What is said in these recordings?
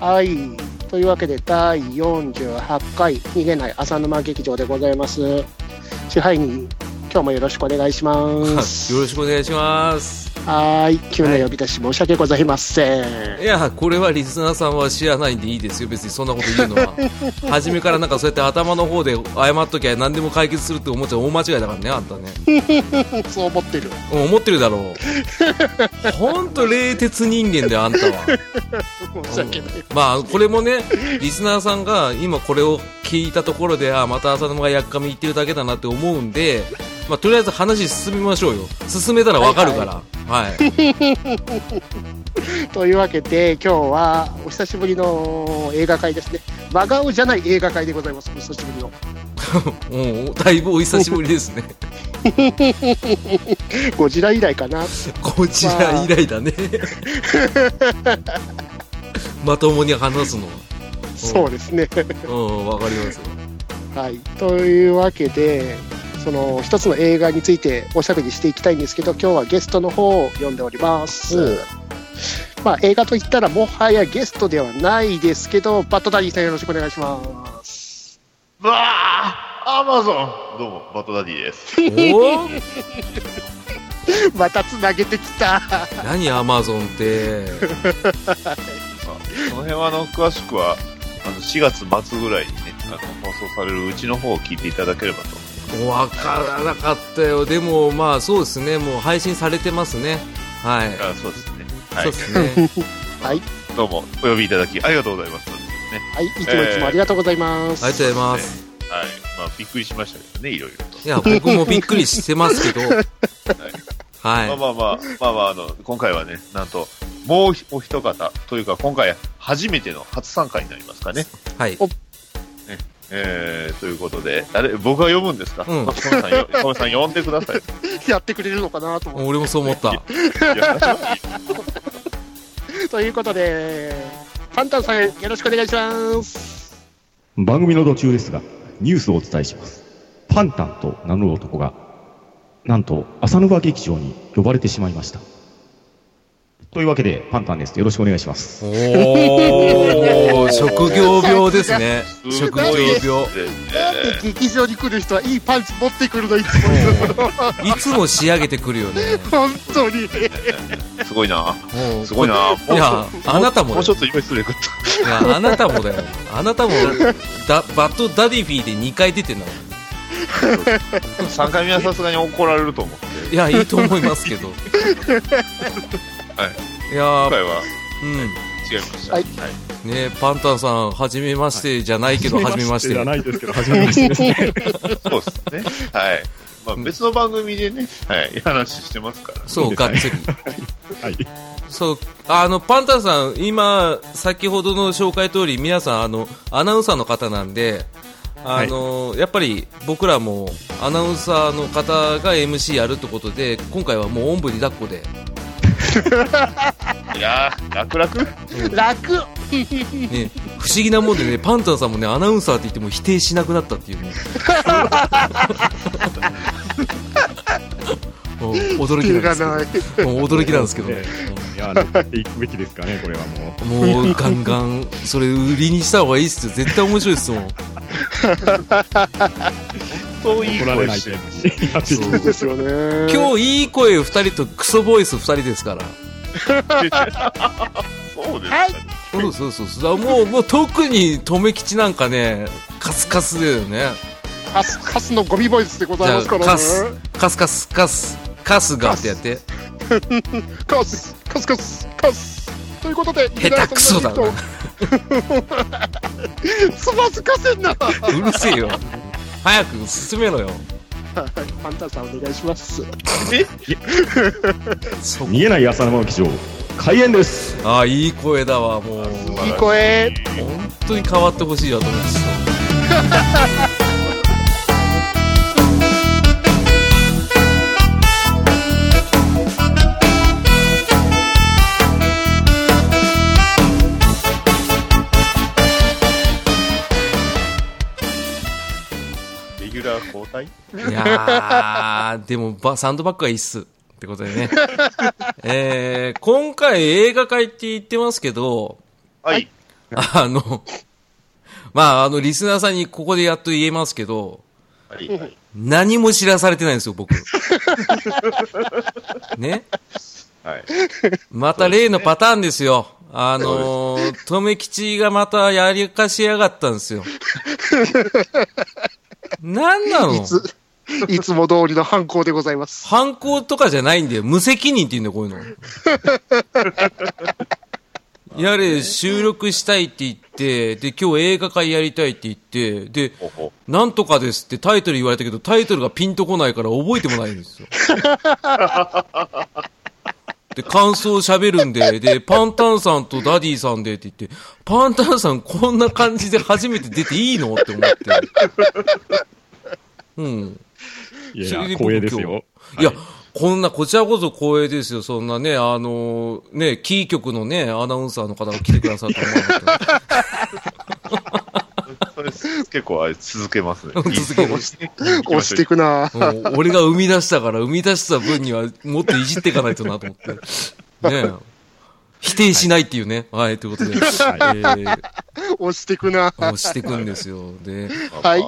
はい。というわけで、第48回、逃げない浅沼劇場でございます。支配人、今日もよろしくお願いします。よろしくお願いします。はい、急な呼び出し、申し訳ございません、はい。いや、これはリスナーさんは知らないんでいいですよ、別にそんなこと言うのは。 初めからなんかそうやって頭の方で謝っときゃ何でも解決するって思っちゃ大間違いだからね、あんたね。そう思ってる。うん、思ってるだろう。ほんと冷徹人間だよ、あんたは。 申し訳ない、うん。まあ、これもね、リスナーさんが今これを聞いたところで、あ、また浅沼がやっかみ言ってるだけだなって思うんで、まあ、とりあえず話進みましょうよ。進めたらわかるから。はいはいはい。というわけで、今日はお久しぶりの映画会ですね。真顔じゃない映画会でございます。お久しぶりの。うん、だいぶお久しぶりですね。ゴジラ以来かな。ゴジラ以来だね。まともに話すのは。そうですね。うん、わかりますよ。はい、というわけで、その一つの映画についておしゃべりしていきたいんですけど今日はゲストの方を呼んでおります、うん、まあ、映画といったらもはやゲストではないですけどバットダディさんよろしくお願いしますわあアマゾンどうもバットダディですまたつなげてきた何アマゾンってその辺はあの詳しくはあの4月末ぐらいにねあの放送されるうちの方を聞いていただければと分からなかったよ、でも、まあそうですね、もう配信されてますね、はい、あそうですね、はい、そうですねはい、どうもお呼びいただきありがとうございます、ね、はい、いつもいつもありがとうございます、えー、ありがとうございます、ね、はい、まあびっくりしましたけどね、いろいろと、いや、僕もびっくりしてますけど、はい、はい、まあまあまあ、まあまあ、あの今回はね、なんと、もうお一方というか、今回、初めての初参加になりますかね。はいえー、ということで、あれ、僕が呼ぶんですか、うん、トムさん、トムさん呼んでください。やってくれるのかなと思って。俺もそう思った。ということで、パンタンさん、よろしくお願いします。番組の途中ですが、ニュースをお伝えします。パンタンと名乗る男が、なんと、浅沼劇場に呼ばれてしまいました。というわけで、パンタンです。よろしくお願いします。お職業病ですね。職業病。劇場に来る人はいいパンチ持ってくるの、いつも。いつも仕上げてくるよね。本当 に。すごいな。すごいな。いや、あなたも。。もうちょっと今失礼かったいや、あなたもだよ。あなたも、だバッドダディフィーで2回出てんの。 3回目はさすがに怒られると思って。いや、いいと思いますけど。、はいいや今回は、うん、、違いました、はい、はいねパンタンさん、はじめましてじゃないけど、はじめましてじゃないですけど、はじめましてですね、そうですね、はいまあ、別の番組でね、はい、話してますから、ね、そう、がっつり、はい、そうあのパンタンさん、今、先ほどの紹介通り、皆さんあの、アナウンサーの方なんで、あの、はい、やっぱり僕らもアナウンサーの方が MC やるってことで今回はもうおんぶに抱っこでいや楽楽、うん、楽、ね、不思議なもんでねパンタンさんもねアナウンサーって言っても否定しなくなったっていうね驚きなんですけど驚きなんですけどね、いや乗っていくべきですかねこれはもうもうガンガンそれ売りにした方がいいっすよ絶対面白いっす もん当いい声してるそうですよね今日いい声2人とクソボイス2人ですからそうですか、ね、そうそうそうもうもう特に留吉なんかねカスカスだよねカスカスのゴミボイスでございますからねカスカスカスカスカスがってやってカスカスカスカスということで下手くそだな つまずかせんなうるせえよ早く進めろよ。はい、ファンタさんお願いします。え見えない浅沼劇場開演です。ああいい声だわもう。いい声。本当に変わってほしいなと思いました。交代いやでもバ、サンドバッグはいいっす。ってことでね。 えー、今回映画会って言ってますけど、はい。あの、まあ、あの、リスナーさんにここでやっと言えますけど、はいはい。何も知らされてないんですよ、僕。 ね。はい。また例のパターンですよ。あのー、とめきちがまたやりかしやがったんですよ。なんなのいつ、いつも通りの犯行でございます。犯行とかじゃないんだよ。無責任って言うんだよ、こういうの。やれ、収録したいって言って、で、今日映画会やりたいって言って、で、ほほ。なんとかですってタイトル言われたけど、タイトルがピンとこないから覚えてもないんですよ。で、感想喋るんで、で、パンタンさんとダディさんでって言って、パンタンさんこんな感じで初めて出ていいのって思って。うん。いそれやいでや、僕光栄ですよ。いやは、こんな、こちらこそ光栄ですよ。そんなね、あのね、キー局のね、アナウンサーの方が来てくださったのかった。それ結構あれ続けますね。 続ける押して押していく。くなぁ。もう俺が生み出したから、生み出した分にはもっといじっていかないとなと思って。ねえ否定しないっていうね。はい、ということで。はえー、押していくなぁ。押していくんですよ。で、ははいい。。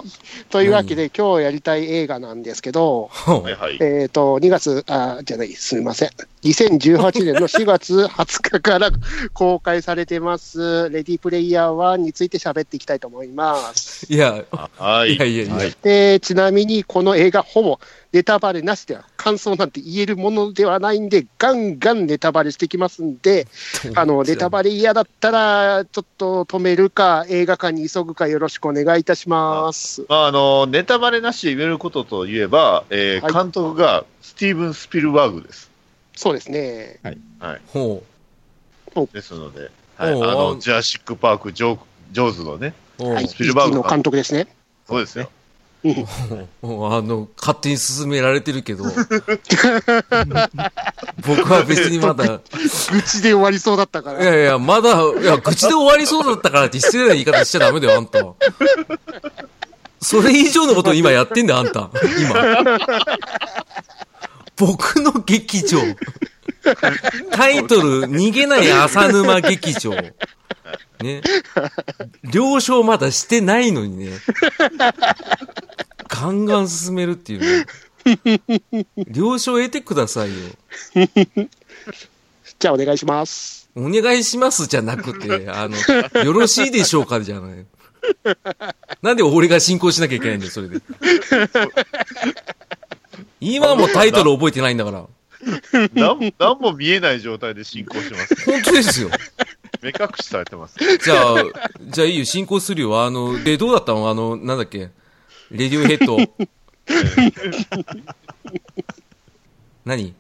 というわけで、今日やりたい映画なんですけど、はいはい。えっ、と、2月、あ、じゃない、すみません。2018年の4月20日から公開されてます、レディープレイヤー1について喋っていきたいと思います。いや、はい。いやいやいやはいで、ちなみにこの映画、ほぼネタバレなしでは感想なんて言えるものではないんで、ガンガンネタバレしてきますんで、あの、ネタバレ嫌だったら、ちょっと止めるか、映画館に急ぐかよろしくお願いいたします。まあ、あの、ネタバレなしで言えることといえば、えーはい監督がスティーブン・スピルバーグです。そうですね。ほですので、はい、あおうあの、のジュラシック・パーク・ジョークジョーズのね、う、ほう、はい、スピルバーグの監督ですね。そうですね。ほうあの、勝手に進められてる けど、僕は別にまだ、愚痴で終わりそうだったかいら。やいや、まだ、いや、口で終わりそうだったからって失礼な言い方しちゃダメだよ、あんたは。それ以上のことを今やってんだよ、あんた。今。僕の劇場。タイトル、逃げない浅沼劇場。ね。了承まだしてないのにね。ガンガン進めるっていうね。了承得てくださいよ。じゃあお願いします。お願いしますじゃなくて、あの、よろしいでしょうかじゃない。なんで俺が進行しなきゃいけないんだよ、それで。今もタイトル覚えてないんだから。なんなんも見えない状態で進行してます、ね。本当ですよ。目隠しされてます、じゃあ、じゃあいいよ、進行するよ。あの、で、どうだったのあの、なんだっけ。レディオヘッド。何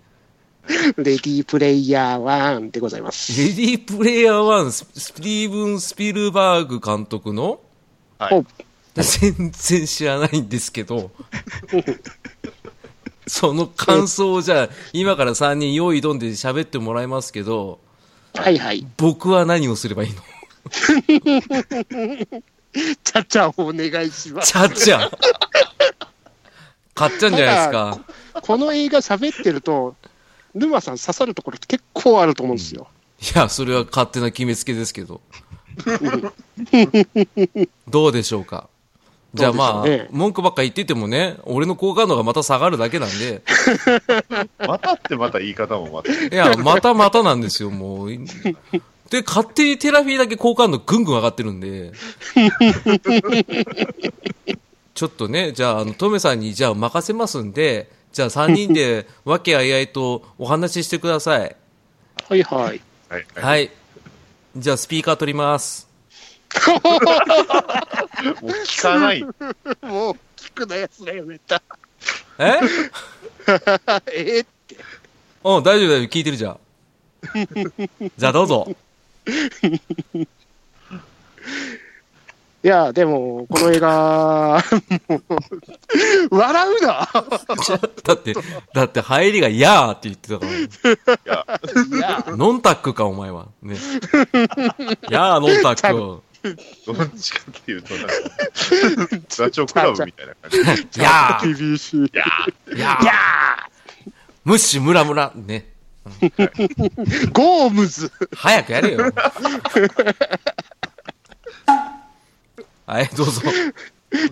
レディープレイヤー1でございます。レディープレイヤー1、ススティーブン・スピルバーグ監督のはい。全然知らないんですけど、その感想をじゃあ、今から3人用意どんで喋ってもらいますけど、はいはい。僕は何をすればいいのちゃちゃお願いしまちす。ゃっちゃん買っちゃうんじゃないですか。この映画喋ってると、沼さん刺さるところ結構あると思うんですよ。いや、それは勝手な決めつけですけど。どうでしょうか。じゃあまどあ、うでしょうね文句ばっか言っててもね、俺の好感度がまた下がるだけなんで、またってまた言い方もまた。いや、またまたなんですよ、もう。で、勝手にテラフィーだけ好感度ぐんぐん上がってるんで。ちょっとね、じゃあ、あの、トメさんに、じゃあ任せますんで、じゃあ3人で、和気あいあいとお話ししてください。はいはい。はい。はいはい。じゃあ、スピーカー取ります。もう聞かな い。もう、聞くなやつだよ、絶対。ええうん、大丈夫、大丈夫、聞いてるじゃん。じゃあ、どうぞ。いや、でも、この映画、 もう、笑うなだって、だって、入りが、やーって言ってたから。ノンタックか、お前は。ね。やー、ノンタック。どっちかっていうと、なんか、ダチョウクラブみたいな感じ。いやー厳しい。いやーむしむらむらね。ゴームズ 早くやれよ。はい、どうぞ。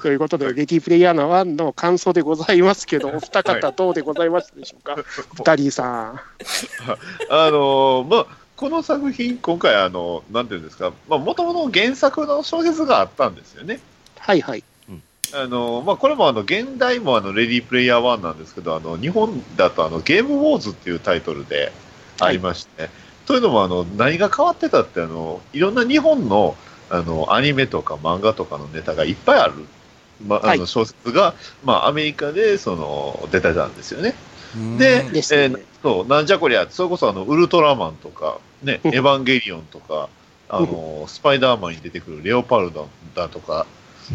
ということで、レディープレイヤーの1の感想でございますけど、お二方、どうでございましたでしょうか、ダリーさん。あのーまあ、この作品、今回、あのなんていうんですか、もともと原作の小説があったんですよね。はいはい。あのーまあ、これもあの現代もあのレディープレイヤー1なんですけど、あの日本だとあのゲームウォーズっていうタイトルでありまして、というのもあの何が変わってたって、あのいろんな日本のあのアニメとか漫画とかのネタがいっぱいある、まあ、はあいの小説が、まあ、アメリカでその出てたんですよね。でうんですねえーそうなんじゃこりゃ、それこそあのウルトラマンとか、ね、うエんヴァンゲリオンとか、あのスパイダーマンに出てくるレオパルドだとか、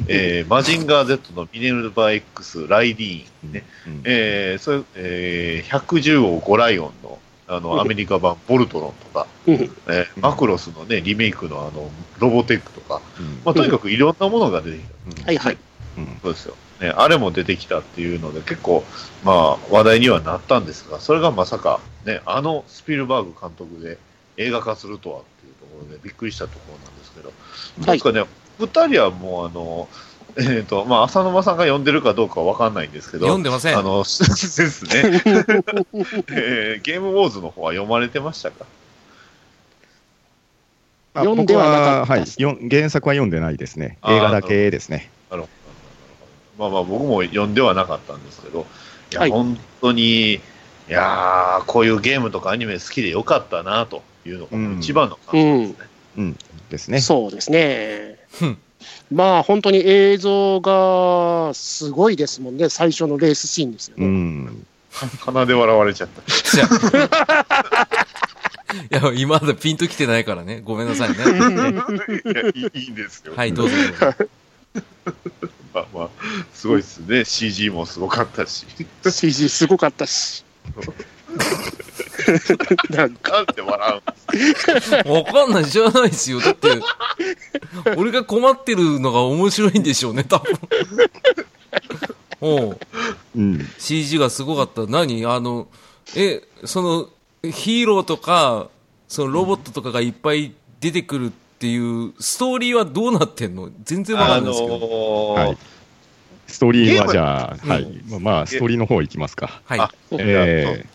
えーマジンガー Z のミネルバ X、ライディーン、ねうんえーそれえー110号5ライオンのあうんのアメリカ版ボルトロンとか、うんえーマクロスの、ね、リメイクのあのロボテックとか、うんまあ、とにかくいろんなものが出てきた。はいはい。うんそうですよ。ね、あれも出てきたっていうので、結構、まあ、話題にはなったんですが、それがまさか、ね、あのスピルバーグ監督で映画化するとはっていうところでびっくりしたところなんですけど、はないんかね、二人はもう、あの、 えっ、と、まあ、浅沼さんが読んでるかどうかはわかんないんですけど、読んでません。あの、 ですね、えーゲームウォーズの方は読まれてましたかまあ読んではなかった僕ははでいすよん原作は読んでないですね。あー映画だけですね。なるほど。まあまあ、僕も読んではなかったんですけど、いや、はい本当に、いやー、こういうゲームとかアニメ好きでよかったなというのがうん一番の感想ですね。ですね。そうですねうん。まあ本当に映像がすごいですもんね、最初のレースシーンですようね。ん。鼻で笑われちゃった。じゃあ いや、今まだピンときてないからね。ごめんなさいね。いや いいいいんですよ。はい、どうぞどうぞ。まあまあ、すごいですね。CG もすごかったし。 CG すごかった し。なんか、なんで笑わかんない、知らないですよ。だって、俺が困ってるのが面白いんでしょうね、多分。 おううん。 CG がすごかった。何あの、え、その、ヒーローとか、そのロボットとかがいっぱい出てくるっていう、ストーリーはどうなってんの全う然のわかあんないのですけど。ーはい。ストーリーはじゃあ、ゲームはい。まあまあ、ストーリーの方いきますか。はい。あうんええ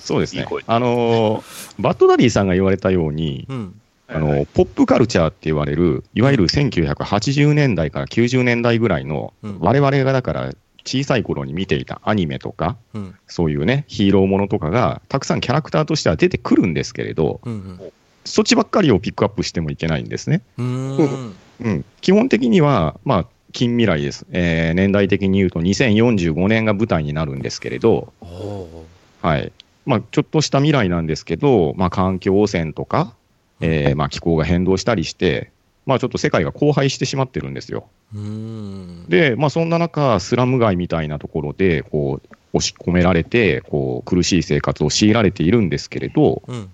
そうですいいね声。あのー、バッドダディさんが言われたように、うん。あの、ポップカルチャーって言われる、いわゆる1980年代から90年代ぐらいの、うん我々がだから小さい頃に見ていたアニメとか、うん。そういうね、ヒーローものとかが、たくさんキャラクターとしては出てくるんですけれど、うん。そっちばっかりをピックアップしてもいけないんですね。うん。うーん。うん、基本的には、まあ、近未来です、えー年代的に言うと2045年が舞台になるんですけれど、おおはいまあ、ちょっとした未来なんですけど、まあ、環境汚染とか、えーまあ、気候が変動したりして、まあ、ちょっと世界が荒廃してしまってるんですよ。ー。うーん。で、まあ、そんな中、スラム街みたいなところでこう押し込められてこう、苦しい生活を強いられているんですけれど、うん。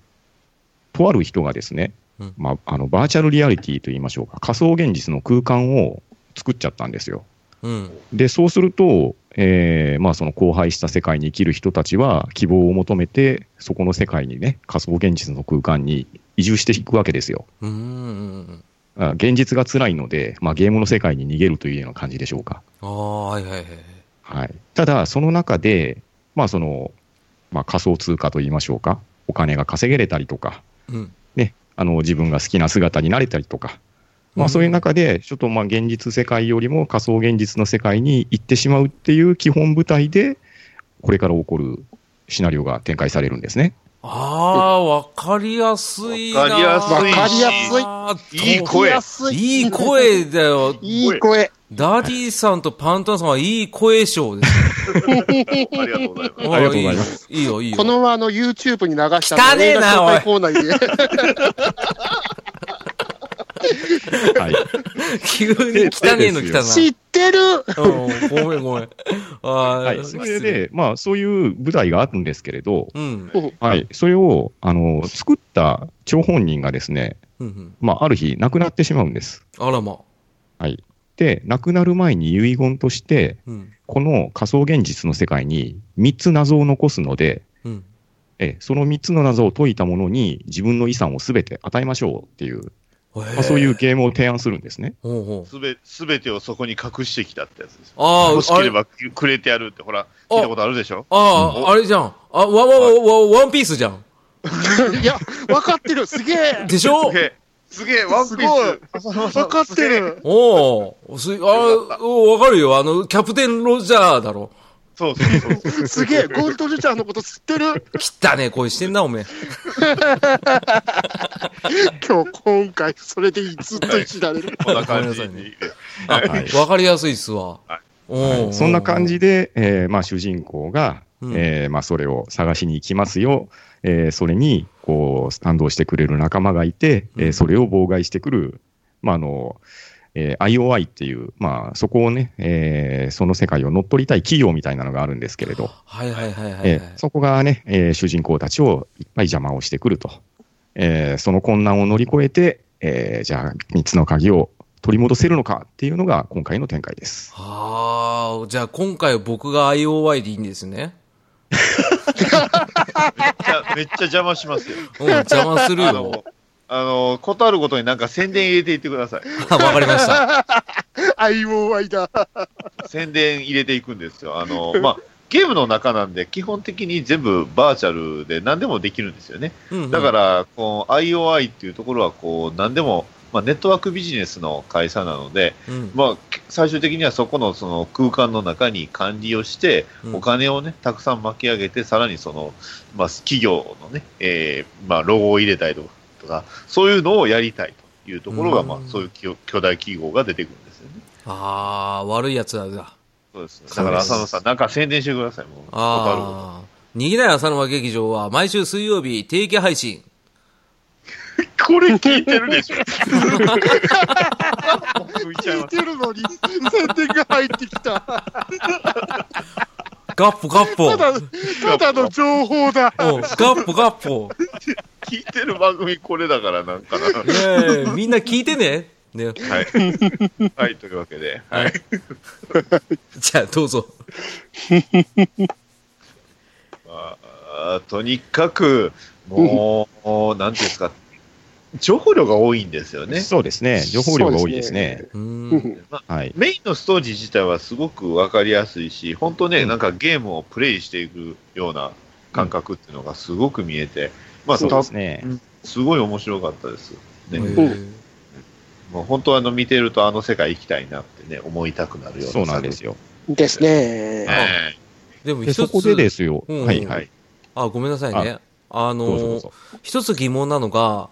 とある人がですね、うんまあ、あのバーチャルリアリティといいましょうか、仮想現実の空間を作っちゃったんですよ。うん。で、そうすると、えーまあ、その荒廃した世界に生きる人たちは希望を求めて、そこの世界にね、仮想現実の空間に移住していくわけですよ。うーん。あ現実が辛いので、まあ、ゲームの世界に逃げるというような感じでしょうか。ああ、はいはいはい。はい、ただ、その中で、まあそのまあ、仮想通貨といいましょうか、お金が稼げれたりとか、うん。ね、あの自分が好きな姿になれたりとか、まあ、そういう中で、ちょっとまあ現実世界よりも仮想現実の世界に行ってしまうっていう基本舞台で、これから起こるシナリオが展開されるんで すね。ああ、わかりやすいな。わかりやすいわかりやすいすいい声やすいい声だよ。いい声。ダディさんとパンタンさんはいい声賞ですね。ありがとうございます。ありがとうございますおー。いいよ、いいよ。このあの YouTube に流した汚ねえなの映画紹介コーナーで。はい、急に汚ねえの来た な。知ってるうんごめん、ごめん。ははい、それで、まあ、そういう舞台があるんですけれど、うん。はい、それをあの作った張本人がですね、うんうん。まあ、ある日亡くなってしまうんです。あらま。はい、で亡くなる前に遺言としてうん。この仮想現実の世界に3つ謎を残すので、うん。ええその3つの謎を解いたものに自分の遺産をすべて与えましょうっていへうまえあ、そういうゲームを提案するんですね。ほうほうすべ、すべてをそこに隠してきたってやつですよ。あ欲しあ、あけれれ、ばくれてやるって、ほら、聞いたことあるでしょああ、あれじゃん。あ、わ、わ、わ、わ、ワンピースじゃん。いや、分かってる、すげ え。でしょ すげえ、すげえ、ワンピすごいース。分かってる。おお、す、あ、おわかるよ。あの、キャプテンロジャーだろ。そうそうそうそう。すげえ、ゴールドルチャーのこと知ってる。 汚ねえ声してんな、おめえ。今日、今回、それでずっといじられる。こんな感じごめんなさいに。あはいわかりやすいっすわはい。おうそんな感。じで、えーまあ、主人公が、うんえーまあ、それを探しに行きますよ、えーそれにこう賛同してくれる仲間がいて、うえーんそれを妨害してくる、まああのえー IOI っていう、まあ、そこをね、えーその世界を乗っ取りたい企業みたいなのがあるんですけれど、はいはいはいはいはえいー。そこがね、えー主人公たちをいっぱい邪魔をしてくると、えーその困難を乗り越えて、えーじゃあ3つの鍵を取り戻せるのかっていうのが今回の展開です。ああ、じゃあ今回僕が IOI でいいんですね。いやめっちゃ邪魔しますよ。うん、邪魔する あよの。、あの、ことあることになんか宣伝入れていってください。あわかりました。 IOI だ。宣伝入れていくんですよ。あの、まあ、ゲームの中なんで、基本的に全部バーチャルで何でもできるんですよね。うんうんだから、こう IOI っていうところは、こう、何でも、まあ、ネットワークビジネスの会社なので、うんまあ、最終的にはそこのその空間の中に管理をして、うんお金をね、たくさん巻き上げて、さらにその、まあ、企業のね、えーまあ、ロゴを入れたりとか、そういうのをやりたいというところが、うんまあ、そういう巨巨大企業が出てくるんですよね。ああ、悪いやつだな。そうです、ね。だから、浅野さん、なんか宣伝してください、もう。わかああ。逃げない朝の間劇場は毎週水曜日定期配信。るこれ聞いてるでしょ。浮いちゃい聞いますてるのに、宣伝が入ってきた。たガッポガッポ。うんだ、ただの情報だ。ガッポガッポ。聞いてる番組これだから、なんかな。ねえ、みんな聞いてね。ね。はい。はい、というわけで。はい。 じゃあどうぞ。まあ、とにかく、もう、なんていうんですか、情報量が多いんですよね。そうですね、情報量が多いですね。う。うんんはい、メインのストーリー自体はすごくわかりやすいし、本当ね、うんなんかゲームをプレイしていくような感覚っていうのがすごく見えて、まあ、そうたですね。すごい面白かったです。ね、へえもう本当あの見てるとあの世界行きたいなってね、思いたくなるようなそうなんですよ。よ。ですね。ねでもで、そ一こででつ、すよ。うんはいえは。はいい。あ、ごめんなさいね。あどうぞどのうぞ。一つ疑問なのが、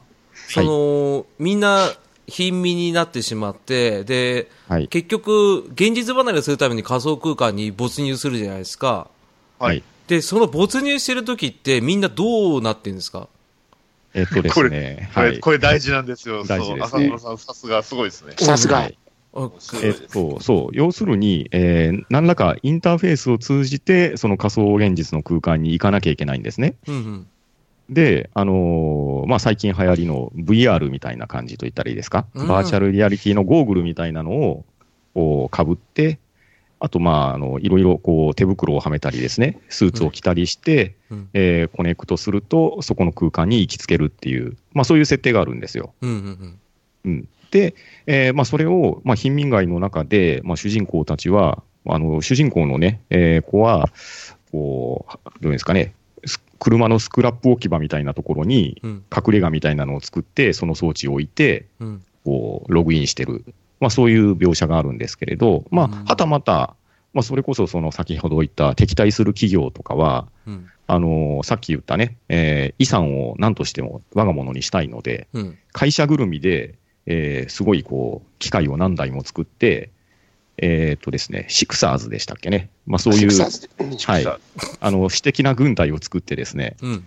その、みんな、貧民になってしまって、で、はい。結局、現実離れするために仮想空間に没入するじゃないですか。はい。で、その没入してる時ってみんなどうなってるんですかえっとですね。こはれ、い。これ大事なんですよ。大そ事ですねう浅野さん、さすがすごいですね。さすはが。いあすごえいっですと、そう。要するに、えー何らかインターフェースを通じて、その仮想現実の空間に行かなきゃいけないんですね。うんうん。で、あのーまあ、最近流行りの VR みたいな感じと言ったらいいですか。うんバーチャルリアリティのゴーグルみたいなのを、こう、被って、あと、まあ、あの、いろいろ、こう、手袋をはめたりですね、スーツを着たりして、うんえーコネクトすると、そこの空間に行きつけるっていう、まあ、そういう設定があるんですよ。うんうんうん、で、えーまあ、それを、まあ、貧民街の中で、まあ、主人公たちは、あの主人公の、ねえー子はこう、どういうんですかね、す車のスクラップ置き場みたいなところにうん。うん隠れ家みたいなのを作って、その装置を置いて、うん。こうログインしてる、まあ、そういう描写があるんですけれど、まあうん、はたまた、まあ、それこそその先ほど言った敵対する企業とかは、うん。あのーさっき言ったね、えー遺産を何としても我が物にしたいので、うん。会社ぐるみで、えーすごいこう、機械を何台も作って、えーっとですね、シクサーズでしたっけね。まあそういう、さすはいさ。あの、私的な軍隊を作ってですね、うん。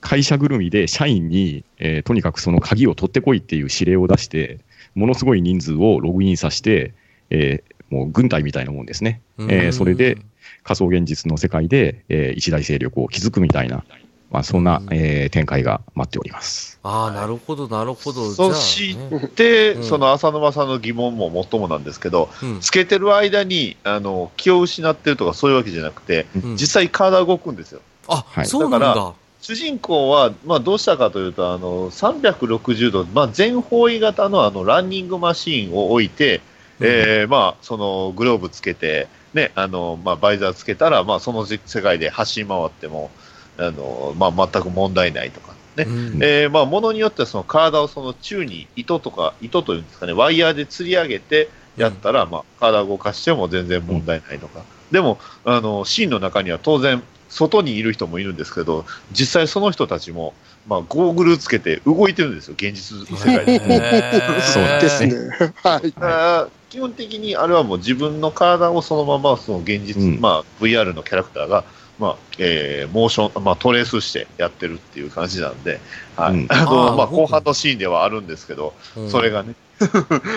会社ぐるみで社員に、えーとにかくその鍵を取ってこいっていう指令を出して、ものすごい人数をログインさせて、えーもう軍隊みたいなもんですね。うえんーそれで、仮想現実の世界で、えー一大勢力を築くみたいな、まあそんな、えー展開が待っております。ああ、なるほど、なるほど。そしじゃあねで、うんその浅沼さんの疑問ももっともなんですけど、うんつけてる間にあの気を失ってるとかそういうわけじゃなくて、うん実際体動くんですよ。あ、はいそうなんだ。主人公は、まあ、どうしたかというと、あの360度、まあ、全方位型のあのランニングマシーンを置いて、えーまあ、そのグローブつけて、ねあのまあ、バイザーつけたら、まあ、その世界で走り回ってもあの、まあ、全く問題ないとか、ねうんえーまあ、ものによってはその体をその宙に糸とか、糸というんですかね、ワイヤーで吊り上げてやったら、まあ、体を動かしても全然問題ないとか、でもあの、シーンの中には当然、外にいる人もいるんですけど、実際その人たちも、まあ、ゴーグルつけて動いてるんですよ、現実世界 で。へーそううですね。はい。だから基本的にあれはもう自分の体をそのままその現実、うんまあ、VR のキャラクターが、まあえーモーション、まあ、トレースしてやってるっていう感じなんで、はいうんああーのまあ、僕後半のシーンではあるんですけど、うんそれがね、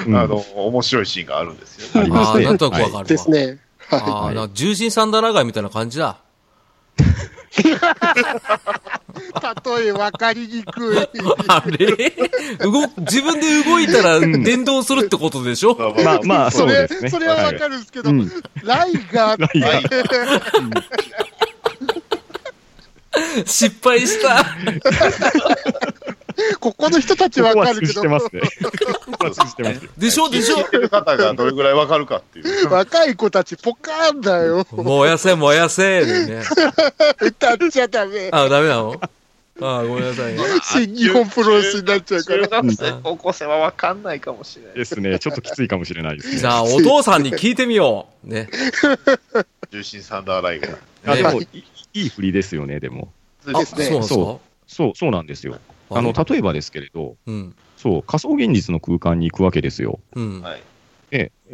うんあの面白いシーンがあるんですよ、あね。りまあすあ、ね。なんとなくわかるはわ。ですね。はああ、なんか重心サンダーラガーみたいな感じだ。い。例え分かりにくい。あれ動く自分で動いたら電動するってことでしょいまあまあ、そそうれですね。それ はわる。かるんですけど、うん。ライガーってライ失敗した。ここの人たちわここかはる通けじどて、ますね。 ここは通じてますね。でしょでしょ聞いてる方がどれぐらいわかるかっていう。若い子たちポカーンだよ。燃やせ燃やせでね。歌っちゃダメ。あ、ダメなのああ、ごめんなさいね。 新日本プロレスになっちゃうか中ら。学生、高校生はわかんないかもしれない。ですね。ちょっときついかもしれな いですね。じゃあ、お父さんに聞いてみよう。ね。重心サンダーライガー。あでねも、いいいい振りですよね、でも。ですねそうなんですかそそう、そうなんですよ。あの、例えばですけれど、うん。そう、仮想現実の空間に行くわけですよ。うん。はい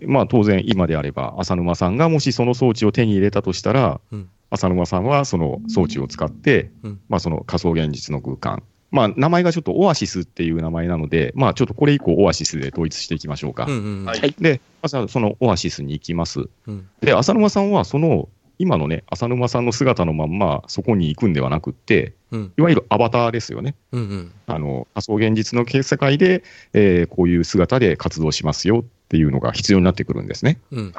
まあ当然、今であれば、浅沼さんがもしその装置を手に入れたとしたら、うん浅沼さんはその装置を使って、うんまあその仮想現実の空間、まあ名前がちょっとオアシスっていう名前なので、まあちょっとこれ以降、オアシスで統一していきましょうか。うんうん。はいで、まずはそのオアシスに行きます。うんで、浅沼さんはその、今のね、浅沼さんの姿のまんま、そこに行くんではなくって、うんいわゆるアバターですよね。うんうん。あの仮想現実の世界で、えーこういう姿で活動しますよっていうのが必要になってくるんですね。うん。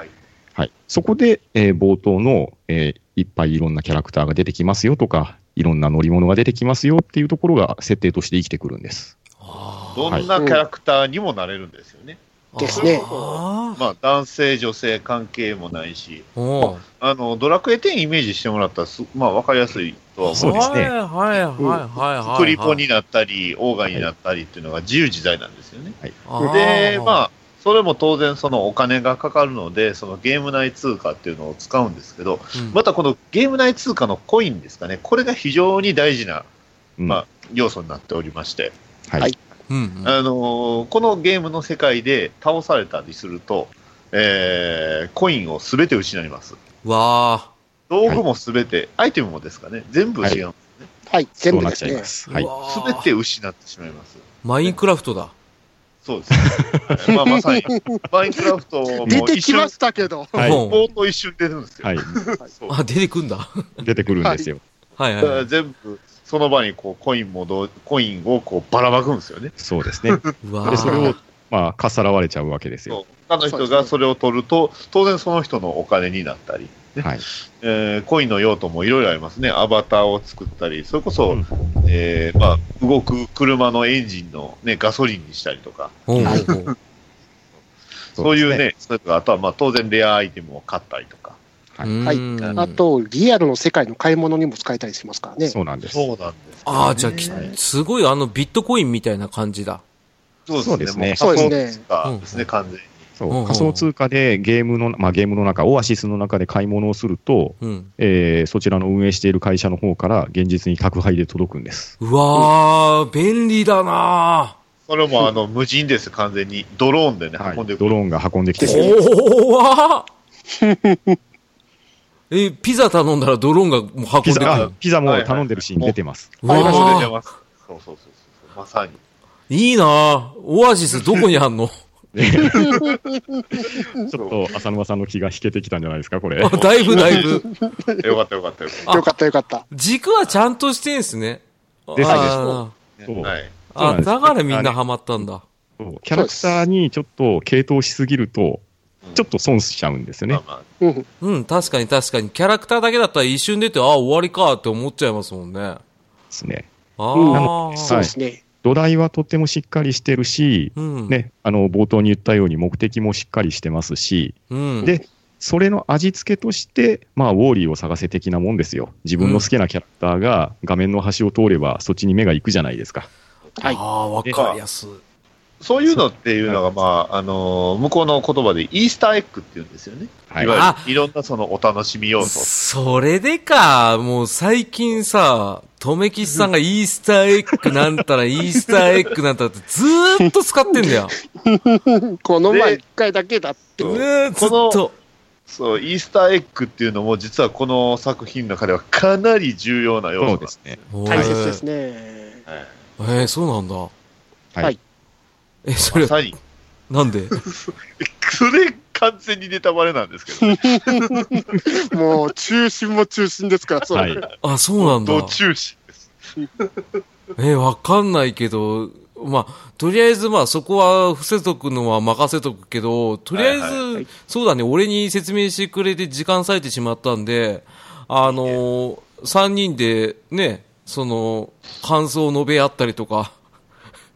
はい、そこで、えー冒頭の、えーいっぱいいろんなキャラクターが出てきますよとか、いろんな乗り物が出てきますよっていうところが設定として生きてくるんです。あどんなキャラクターにもなれるんですよね。あ。ですねああ。まあ、男性、女性関係もないし、おうあのドラクエ10イメージしてもらったらす、まあ、分かりやすいとはそ思うう。ですねはいはいはいはいはい。クリポになったり、オーガになったりっていうのが自由自在なんですよね。ああ。で、まあ、それも当然、そのお金がかかるので、そのゲーム内通貨っていうのを使うんですけど、うんまたこのゲーム内通貨のコインですかね、これが非常に大事なうんま要素になっておりまして、はいはいうんあのーこのゲームの世界で倒されたりすると、えーコインをすべて失います。うん。わあ。、道具もすべて、アイテムもですかね、全部失う、はい、そ全う部なっですちゃいまね。す。はいうわすーべて失ってしまいます。マインクラフトだ。そ うです、ね。まあ、まさ に、マインクラフトも出て一き瞬ま、したけど。はいうん冒頭一瞬出るんですよ。はい、 そうあ、出てくんだ。出てくるんですよ。はいだからは全部、その場にこうコインもどうコインをこうばらまくんですよね。そうです ね。い。うわで、それをー、まあ、かっさらわれちゃうわけですよ。そう他の人がそれを取ると、当然その人のお金になったり、はい、えーコインの用途もいろいろありますね、アバターを作ったり、それこそ、うんえーまあ、動く車のエンジンの、ね、ガソリンにしたりとか、うんはいうんそういうです。ね、それとかあとはまあ当然レアアイテムを買ったりとか、うんはいうんあと、リアルの世界の買い物にも使えたりしますからね。そうなんです。そうなんです、ああ、じゃあきはい、すごいあのビットコインみたいな感じだ。そうですね、そそうですねそうですね、完全に。そううんうん仮想通貨でゲームの、まあ、ゲームの中、オアシスの中で買い物をすると、うん。えーそちらの運営している会社の方から現実に宅配で届くんです。うわー、便利だなそれもあの無人です、完全に。ドローンでね、はい、運んでくドる。ローンが運んできてでーすね怖ーえ、ピザ頼んだらドローンがもう運んでピくる。ザああピザも頼んでるシーン出てます。うドローンで出わますそうそうそうそう、まさに。ー、いいなーオアシスどこにあんのちょっと浅沼さんの気が引けてきたんじゃないですか、これあ。だいぶだいぶ。よかったよかったよかっよかったよかった。軸はちゃんとしてんすね。ですあたそうはい。ーあ、だからみんなハマったんだ。そうキャラクターにちょっと傾倒しすぎると、ちょっと損しちゃうんですよまあね。まあうん。うん、確かに確かに。キャラクターだけだったら一瞬出て、ああ、終わりかって思っちゃいますもんね。ですね。あなあ、そうですね。土台はとってもしっかりしてるし、うん。。ね、あの冒頭に言ったように目的もしっかりしてますし、うん。でそれの味付けとして、まあ、ウォーリーを探せ的なもんですよ。自分の好きなキャラクターが画面の端を通れば、そっちに目が行くじゃないですか。はいあ。あ、わかりやすい。そういうのっていうのが、まあ、あのー向こうの言葉でイースターエッグっていうんですよね。、はいい。わゆはるあいろんなそのお楽しみ要素。それでか、もう最近さ、とめきちさんがイースターエッグなんたら、イースターエッグなんたらってずーっと使ってんだよ。この前で一回だけだって。うーんずっと。そう、イースターエッグっていうのも、実はこの作品の中ではかなり重要な要素なんそうですね。大切ですね。ね。えー、そうなんだ。い。はいえ、そまれ、さに。なんでそれ、完全にネタバレなんですけど、ね、もう、中心も中心ですから、そう。はいあ、そうなんだ。ど中心です。え、わかんないけど、まあ、とりあえず、まあ、そこは伏せとくのは任せとくけど、とりあえず、はいはいはいそうだね、俺に説明してくれて時間割いてしまったんで、あのー、3人で、ね、その、感想を述べ合ったりとか、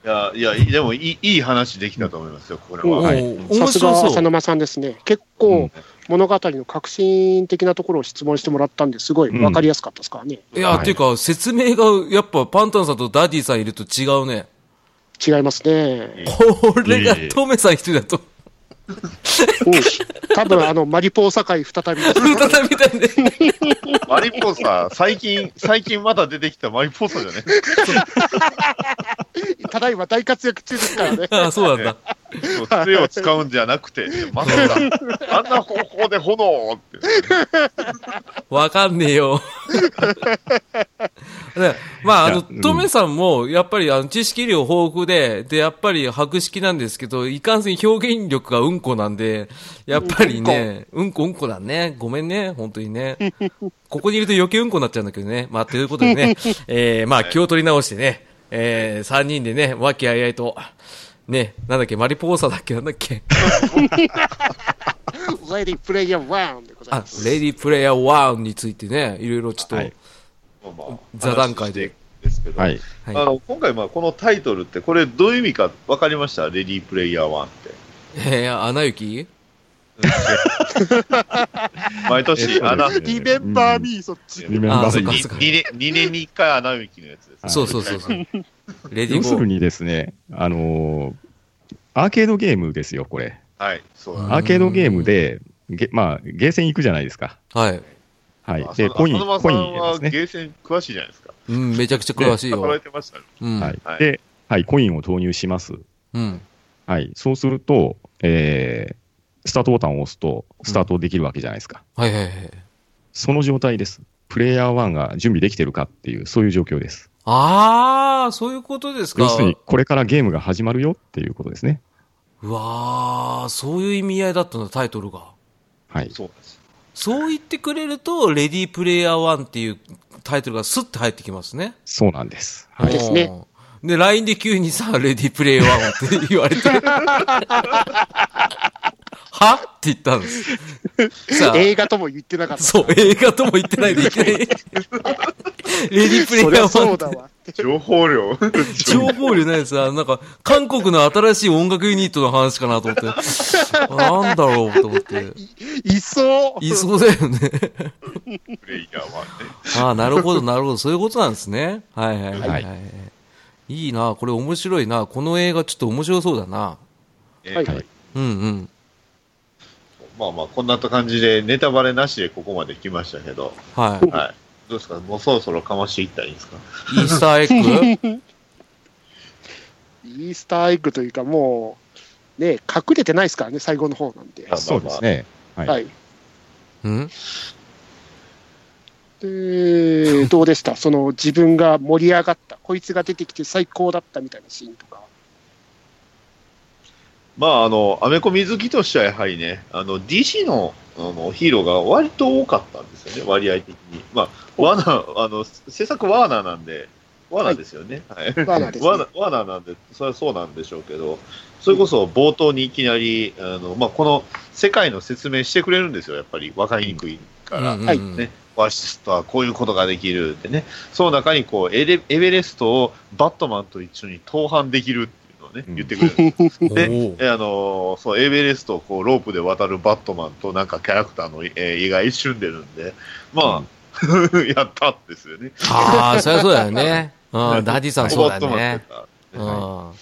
いや、いや、でもいい、いい話できたと思いますよ、これは。おはいーさ面すが白そ浅う。沼さんですね。結う構ん、物語の革新的なところを質問してもらったんですごい分かりやすかったですからね。いや、はいてか、説明が、やっぱ、パンタンさんとダディさんいると違うね。違いますね。これがいえいえトメさん一人だと、 うん。多分、あの、マリポーサ会再びです。再びたいね。マリポーサ、最近、最近まだ出てきたマリポーサじゃないですか。ただいま大活躍中ですから ね。あ、そうなんだ。そう杖を使うんじゃなくて、ま さか、あんな方法で炎って。わかんねえ よ。ねまあ、あの、いやうんトメさんも、やっぱり、あの、知識量豊富で、で、やっぱり、白識なんですけど、いかんせん表現力がうんこなんで、やっぱりね、うんこうんこだね。ごめんね、本当にね。ここにいると余計うんこになっちゃうんだけどね。まあ、ということで ね、えー、まあ、気を取り直してね、えー、3人でね、和気あいあいと、ね、なんだっけ、マリポーサだっけ、なんだっけ。レディプレイヤー1でございあます。、レディープレイヤー1についてね、いろいろちょっと、はいまあ座談会で。話していくんですけど、はい。はいあの今回、まあこのタイトルって、これ、どういう意味か分かりました、レディープレイヤー1って。 えー、アナ雪毎えっ年、と穴ですねリベンバーミー、そっち。リメンあバそっーかにそっか 2, 年二年に1回穴行きのやつです、はいそうそうそう そう。レディ要すゴるー。にですね、あのーアーケードゲームですよ、これ。はい、そううんなんアーケードゲームで、げまあ、ゲーセン行くじゃないですか。はい。はいです。で、あコイン、浅沼コイン入れまさすんはね。ゲーセン詳しいじゃないですか。うん、めちゃくちゃ詳しい働よい。てましたよ。うん。はいはい。で、はい、コインを投入します。うん。はい。そうすると、えー、スタートボタンを押すと、スタートできるわけじゃないですか。はいはいはい。その状態です。プレイヤー1が準備できてるかっていう、そういう状況です。あー、そういうことですか要。するに、これからゲームが始まるよっていうことですね。うわー、そういう意味合いだったんだ、タイトルが。はい。そうなんです。そう言ってくれると、レディープレイヤー1っていうタイトルがスッて入ってきますね。そうなんです。はいですね。で、LINE で急にさ、レディープレイヤー1って言われて。はって言ったんです。さあ映画とも言ってなか った。そう、映画とも言ってないでいきなり。レディープレイそりヤゃーそ1うっだて。わ。情報量。 情報量ないです。あのなんか、韓国の新しい音楽ユニットの話かなと思って。なんだろうと思って。いそう。言いそうだよね。プレイヤー1ね。ああ、な るほど、なるほど。そういうことなんですね。はいはいはい、はい。はいいいな、これ面白いな。この映画ちょっと面白そうだな。えはいはいうんうん。まあまあ、こんな感じで、ネタバレなしでここまで来ましたけど、ははい。どうですかもうそろそろかましていったらいいんですかい。イースターエッグイースターエッグというか、もう、ね、隠れてないですからね、最後の方なんで。あそうですね。はい。はい。うんで、どうでしたその自分が盛り上がった、こいつが出てきて最高だったみたいなシーンとか。まあ、あの、アメコミ好きとしてはやはりね、あの、DC のあのヒーローが割と多かったんですよね、割合的に。まあ、ワーナー、あの、制作ワーナーなんで、ワーナーですよね。はい。ワーナーですねワーナーワーナーなんで、それはそうなんでしょうけど、それこそ冒頭にいきなり、あの、まあ、この世界の説明してくれるんですよ、やっぱり、わかりにくいから。うんうんうんはいねオアシスとはこういうことができるってね、その中にこうエレエベレストをバットマンと一緒に登攀できるっていうのをね、うん言ってくれる。でおーえあのーそうエベレストをこうロープで渡るバットマンとなんかキャラクターのえー絵が一瞬出るんで、まあ、 やったんですよね。ああ、そりゃそうだよね。 うん、ダディさんそうだバットマンやっね。たうねはいん。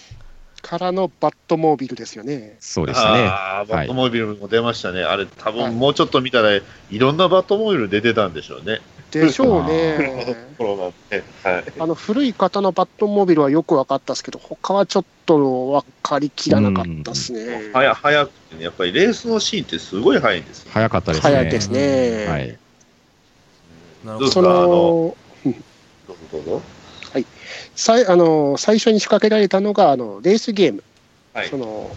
からのバットモービルですよね。そうでしたね。あーバットモービルも出ましたね、あれ、多分もうちょっと見たら、いろんなバットモービル出てたんでしょうね、でしょうね。コロナって、はい、あの古い方のバットモービルはよく分かったですけど、他はちょっと分かりきらなかったですね。早早くてね、やっぱりレースのシーンってすごい早いんですよ、早かったですね。早いですね。はい。なるほどうどぞそのどうぞどうぞ、さいあの最初に仕掛けられたのがあのレースゲーム、はいその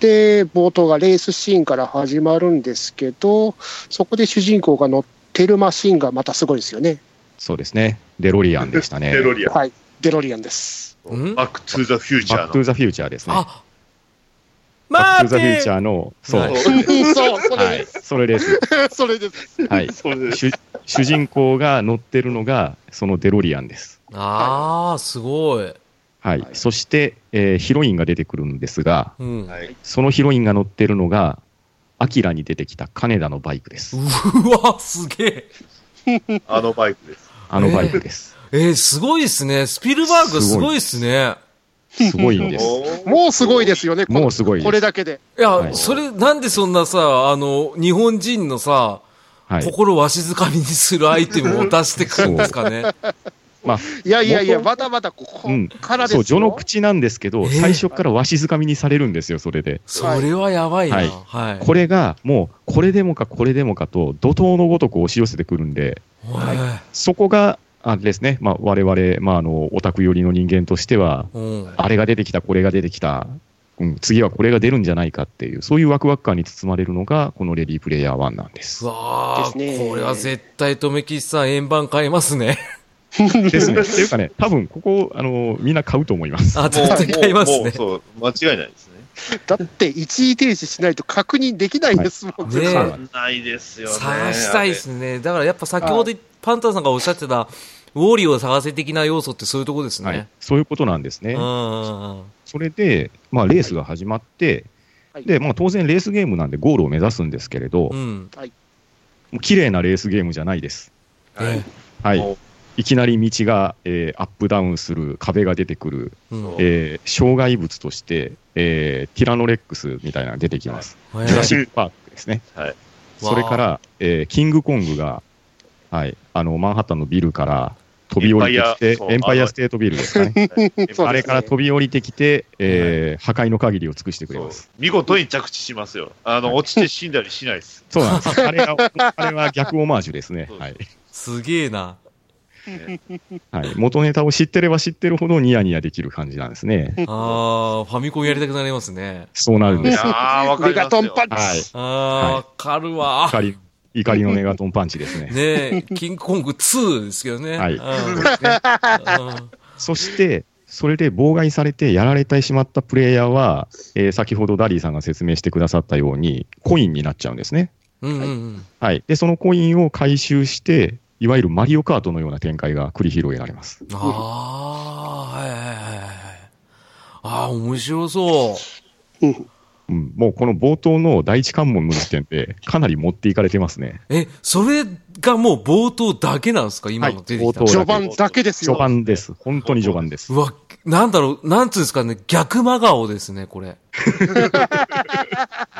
で冒頭がレースシーンから始まるんですけど、そこで主人公が乗ってるマシンがまたすごいですよね。そうですね。デロリアンでしたね。 デロリアン、はい、デロリアンです。うんバック・トゥ・ザ・フューチャバッーク・トゥ・の。ザ・フューチャーですね。あバック・待トゥ・ザ・フューチてャーの、そう。はそうそう、それはでい。 それです。す、それです。はい。それで主主人公が乗ってるのが、そのデロリアンです。ああ、すごい。はい。はいそして、えーヒロインが出てくるんですが、うん。はうい、そのヒロインが乗ってるのが、アキラに出てきた金田のバイクです。わ、すげえ。あのバイクです。あのバイクです。えー、すごいですね。スピルバーグすごいですね。すごい んです。もうすごいですよね、このもうすごいですこれだけで。いや、はいそれ、なんでそんなさ、あの、日本人のさ、はい。心をわしづかみにするアイテムを出してくるんですかね。まあ、いやいやいや、元まだまだここうんからですそよ、う、序の口なんですけえど、ー最初からわしづかみにされるんですよ、それで。それはやばいな。は。はいいこれが、もう、これでもか、これでもかと、怒涛のごとく押し寄せてくるんで、はいそこが、あれですね、まあ、我々、まあ、あの、オタク寄りの人間としては、うん。あれが出てきた、これが出てきた、うん、次はこれが出るんじゃないかっていう、そういうワクワク感に包まれるのが、このレディープレイヤー1なんですう。わであ、すねこれは絶対、とめきちさん円盤買いますね。です ね。っていうかね、多分、ここ、あの、みんな買うと思います。あ、もう絶対買いますもうね。そう、間違いないですね。だって一時停止しないと確認できないですもんね。ねえはいないですよね。探したいですね。だからやっぱ先ほどパンタンさんがおっしゃってた、ウォーリーを探せ的な要素ってそういうとこですはいね。、そういうことなんですねうん。うんうん。それで、まあ、レースが始まって、はいでまあ、当然、レースゲームなんでゴールを目指すんですけれど、うもん。う綺麗なレースゲームじゃないです。あれ。はいはもい、いきなり道が、えーアップダウンする、壁が出てくる、うん。えー障害物として、えーティラノレックスみたいなのが出てきます。えジュラシーック・パークですね。はいそれから、えーキングコングが、はい、あのマンハッタンのビルから飛び降りエンパイアてきそうて、エンパイアステートビルですかね。うそうあでれすねから飛び降りてきて、えー破壊の限りを尽くしてくれそうます。見事に着地しますよ。あの、落ちて死んだりしないです。そうなんです。あれが、 あれは逆オマージュですねそ。うはい。すげえな。はい。元ネタを知ってれば知ってるほどニヤニヤできる感じなんですね。ああ、ファミコンやりたくなりますね。そうなるんいですや。ー、わかメりまガすトンよパ。ンチ、はい。ああ、はいわかるわ。怒り、怒りのメガトンパンチですね。ねえ、キングコング2ですけどね。はいうんうんそして、それで妨害されてやられてしまったプレイヤーは、えー先ほどダリーさんが説明してくださったように、コインになっちゃうんですね。うんうんうん。はい。で、そのコインを回収して、いわゆるマリオカートのような展開が繰り広げられます。ああ、はいはいはいはい。ああ、面白そう。うん。もうこの冒頭の第一関門の時点で、かなり持っていかれてますね。え、それがもう冒頭だけなんですか今の出てきたの。はい冒頭序盤だけです序よ。盤です。本当に序盤ですう。わ、なんだろう、なんつうんですかね、逆真顔ですね、これ。ね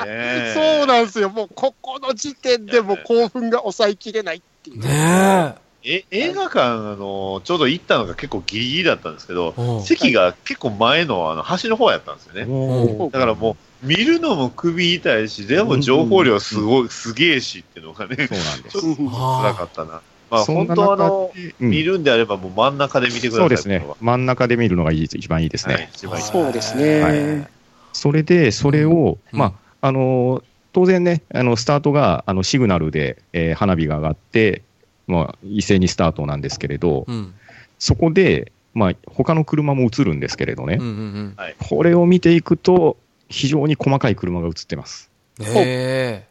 えそうなんですよ、もうここの時点でもう興奮が抑えきれないっていう。ねえ映画館、あのちょうど行ったのが結構ギリギリだったんですけど、うん席が結構前のあの端の方やったんですよね。おだからもう、見るのも首痛いし、でも情報量すごい、すげえしっていうのがね、そうなんでちょすっ。と辛かったな。まあ、そ本んな当中あの、うん見るんであればもう真ん中で見てください。そうですねこれは。真ん中で見るのがいい一番いいですね。はい、一番いいあそうですね、はいそれで、それを、うんまあ、あのー当然ね、あのスタートがあのシグナルで、えー花火が上がって、まあ、一斉にスタートなんですけれど、うん。そこで、まあ他の車も映るんですけれどね、うんうんうん。これを見ていくと、非常に細かい車が映ってます。ねえ。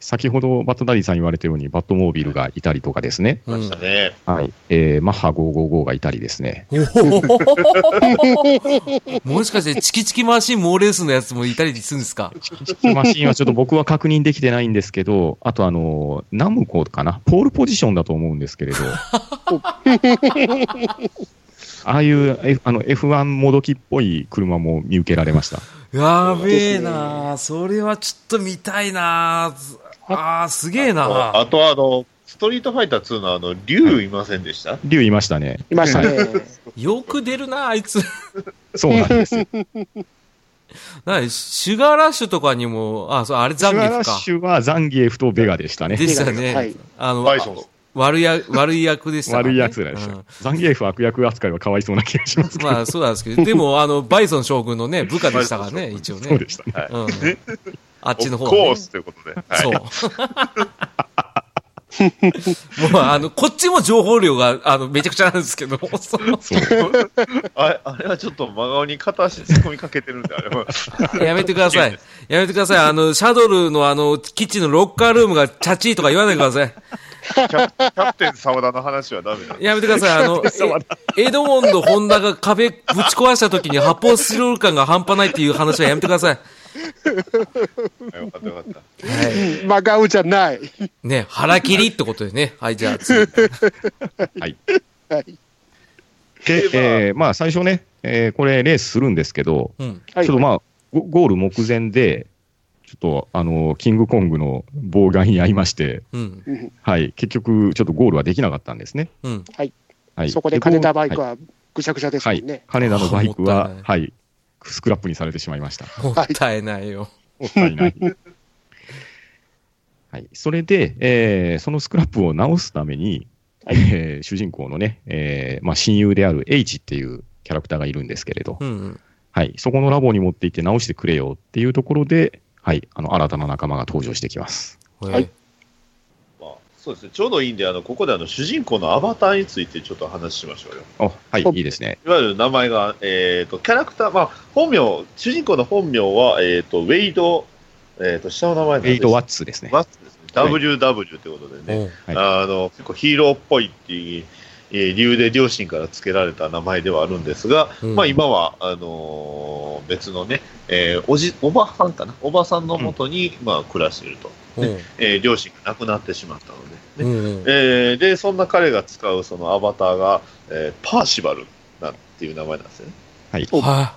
先ほどバットダディさん言われたように、バットモービルがいたりとかですね、うまんしたね。はいえー、マッハ555がいたりですね、おおもしかして、チキチキマシン猛レースのやつもいたりするんですかマシンはちょっと僕は確認できてないんですけど、あとあの、ナムコかな、ポールポジションだと思うんですけれ ど、ああいう、F、あの F1 もどきっぽい車も見受けられました。やべえなそれはちょっと見たいなあー、すげえあなあと、あの、ストリートファイター2のあの、竜いませんでした、竜いましたね。いましたね。よく出るなあいつ。 そうなんですよ。なシュガーラッシュとかにも、あ、そう、あ れザンギシュガーフラかッ。シュはザンギエフとベガでしたね。でしたね。はいあの、バイソン。悪いや、悪い役でしたから悪ね、いやつらでした、うんザンギエフ悪役扱いはかわいそうな気がしますけど、 まあ、そうなんですけど、でも、あの、バイソン将軍のね、部下でしたからね、バイ一応そうね。でしたね。うん。あっちの方はコねースということで。そう。はい。もう、あの、こっちも情報量が、あの、めちゃくちゃなんですけど、そうそう。あれあれはちょっと真顔に片足突っ込みかけてるんで、あれ は。やめてください。やめてください。あの、シャドルのあの、キッチンのロッカールームがチャチーとか言わないでください。キャプキャプテン沢田の話はダメだ。やめてください。あの、えエドモンド・ホンダが壁ぶち壊した時に発泡スチロール感が半端ないっていう話はやめてください。よかったよかった。はい。真顔じゃない。ね、腹切りってことでね。はい、じゃあ次。はい。はい。で、えーまあ最初ね、えーこれレースするんですけど、うん。はいちょっとまあ、ゴゴール目前で、ちょっとあの、キングコングの妨害に遭いまして、うん。うんはい、結局ちょっとゴールはできなかったんですね。うん。はい。そこで金田バイクは、はぐちゃぐちゃですはもいんね。金田のバイクあーはもったい、はい、スクラップにされてしまいました。もったいないよ。もった いない。はい、それで、えーそのスクラップを直すために、えー主人公のね、えーまあ、親友である H っていうキャラクターがいるんですけれど、うんうん。はい、そこのラボに持って行って直してくれよっていうところで、はい、あの新たな仲間が登場してきます。はいまあ、そうですね。ちょうどいいんで、あの、ここであの、主人公のアバターについてちょっと話しましょうよ。あはい、おいいですね。いわゆる名前が、えっ、と、キャラクター、まあ、本名、主人公の本名は、えっ、と、ウェイド、えっ、と、下の名前エイト・ワワッッツですね。ワッツですね。WW ということでね。おうはいあの結構ヒーローっぽいっていうえー理由で両親から付けられた名前ではあるんですが、うんまあ、今はあのー別のね、えーおじおばさんかなおばさんのもとに、まあ、暮らしていると、おうえー両親が亡くなってしまったので,、うねんうん。えーでそんな彼が使うそのアバターが、えーパーシバルなんていう名前なんですよね。はい。は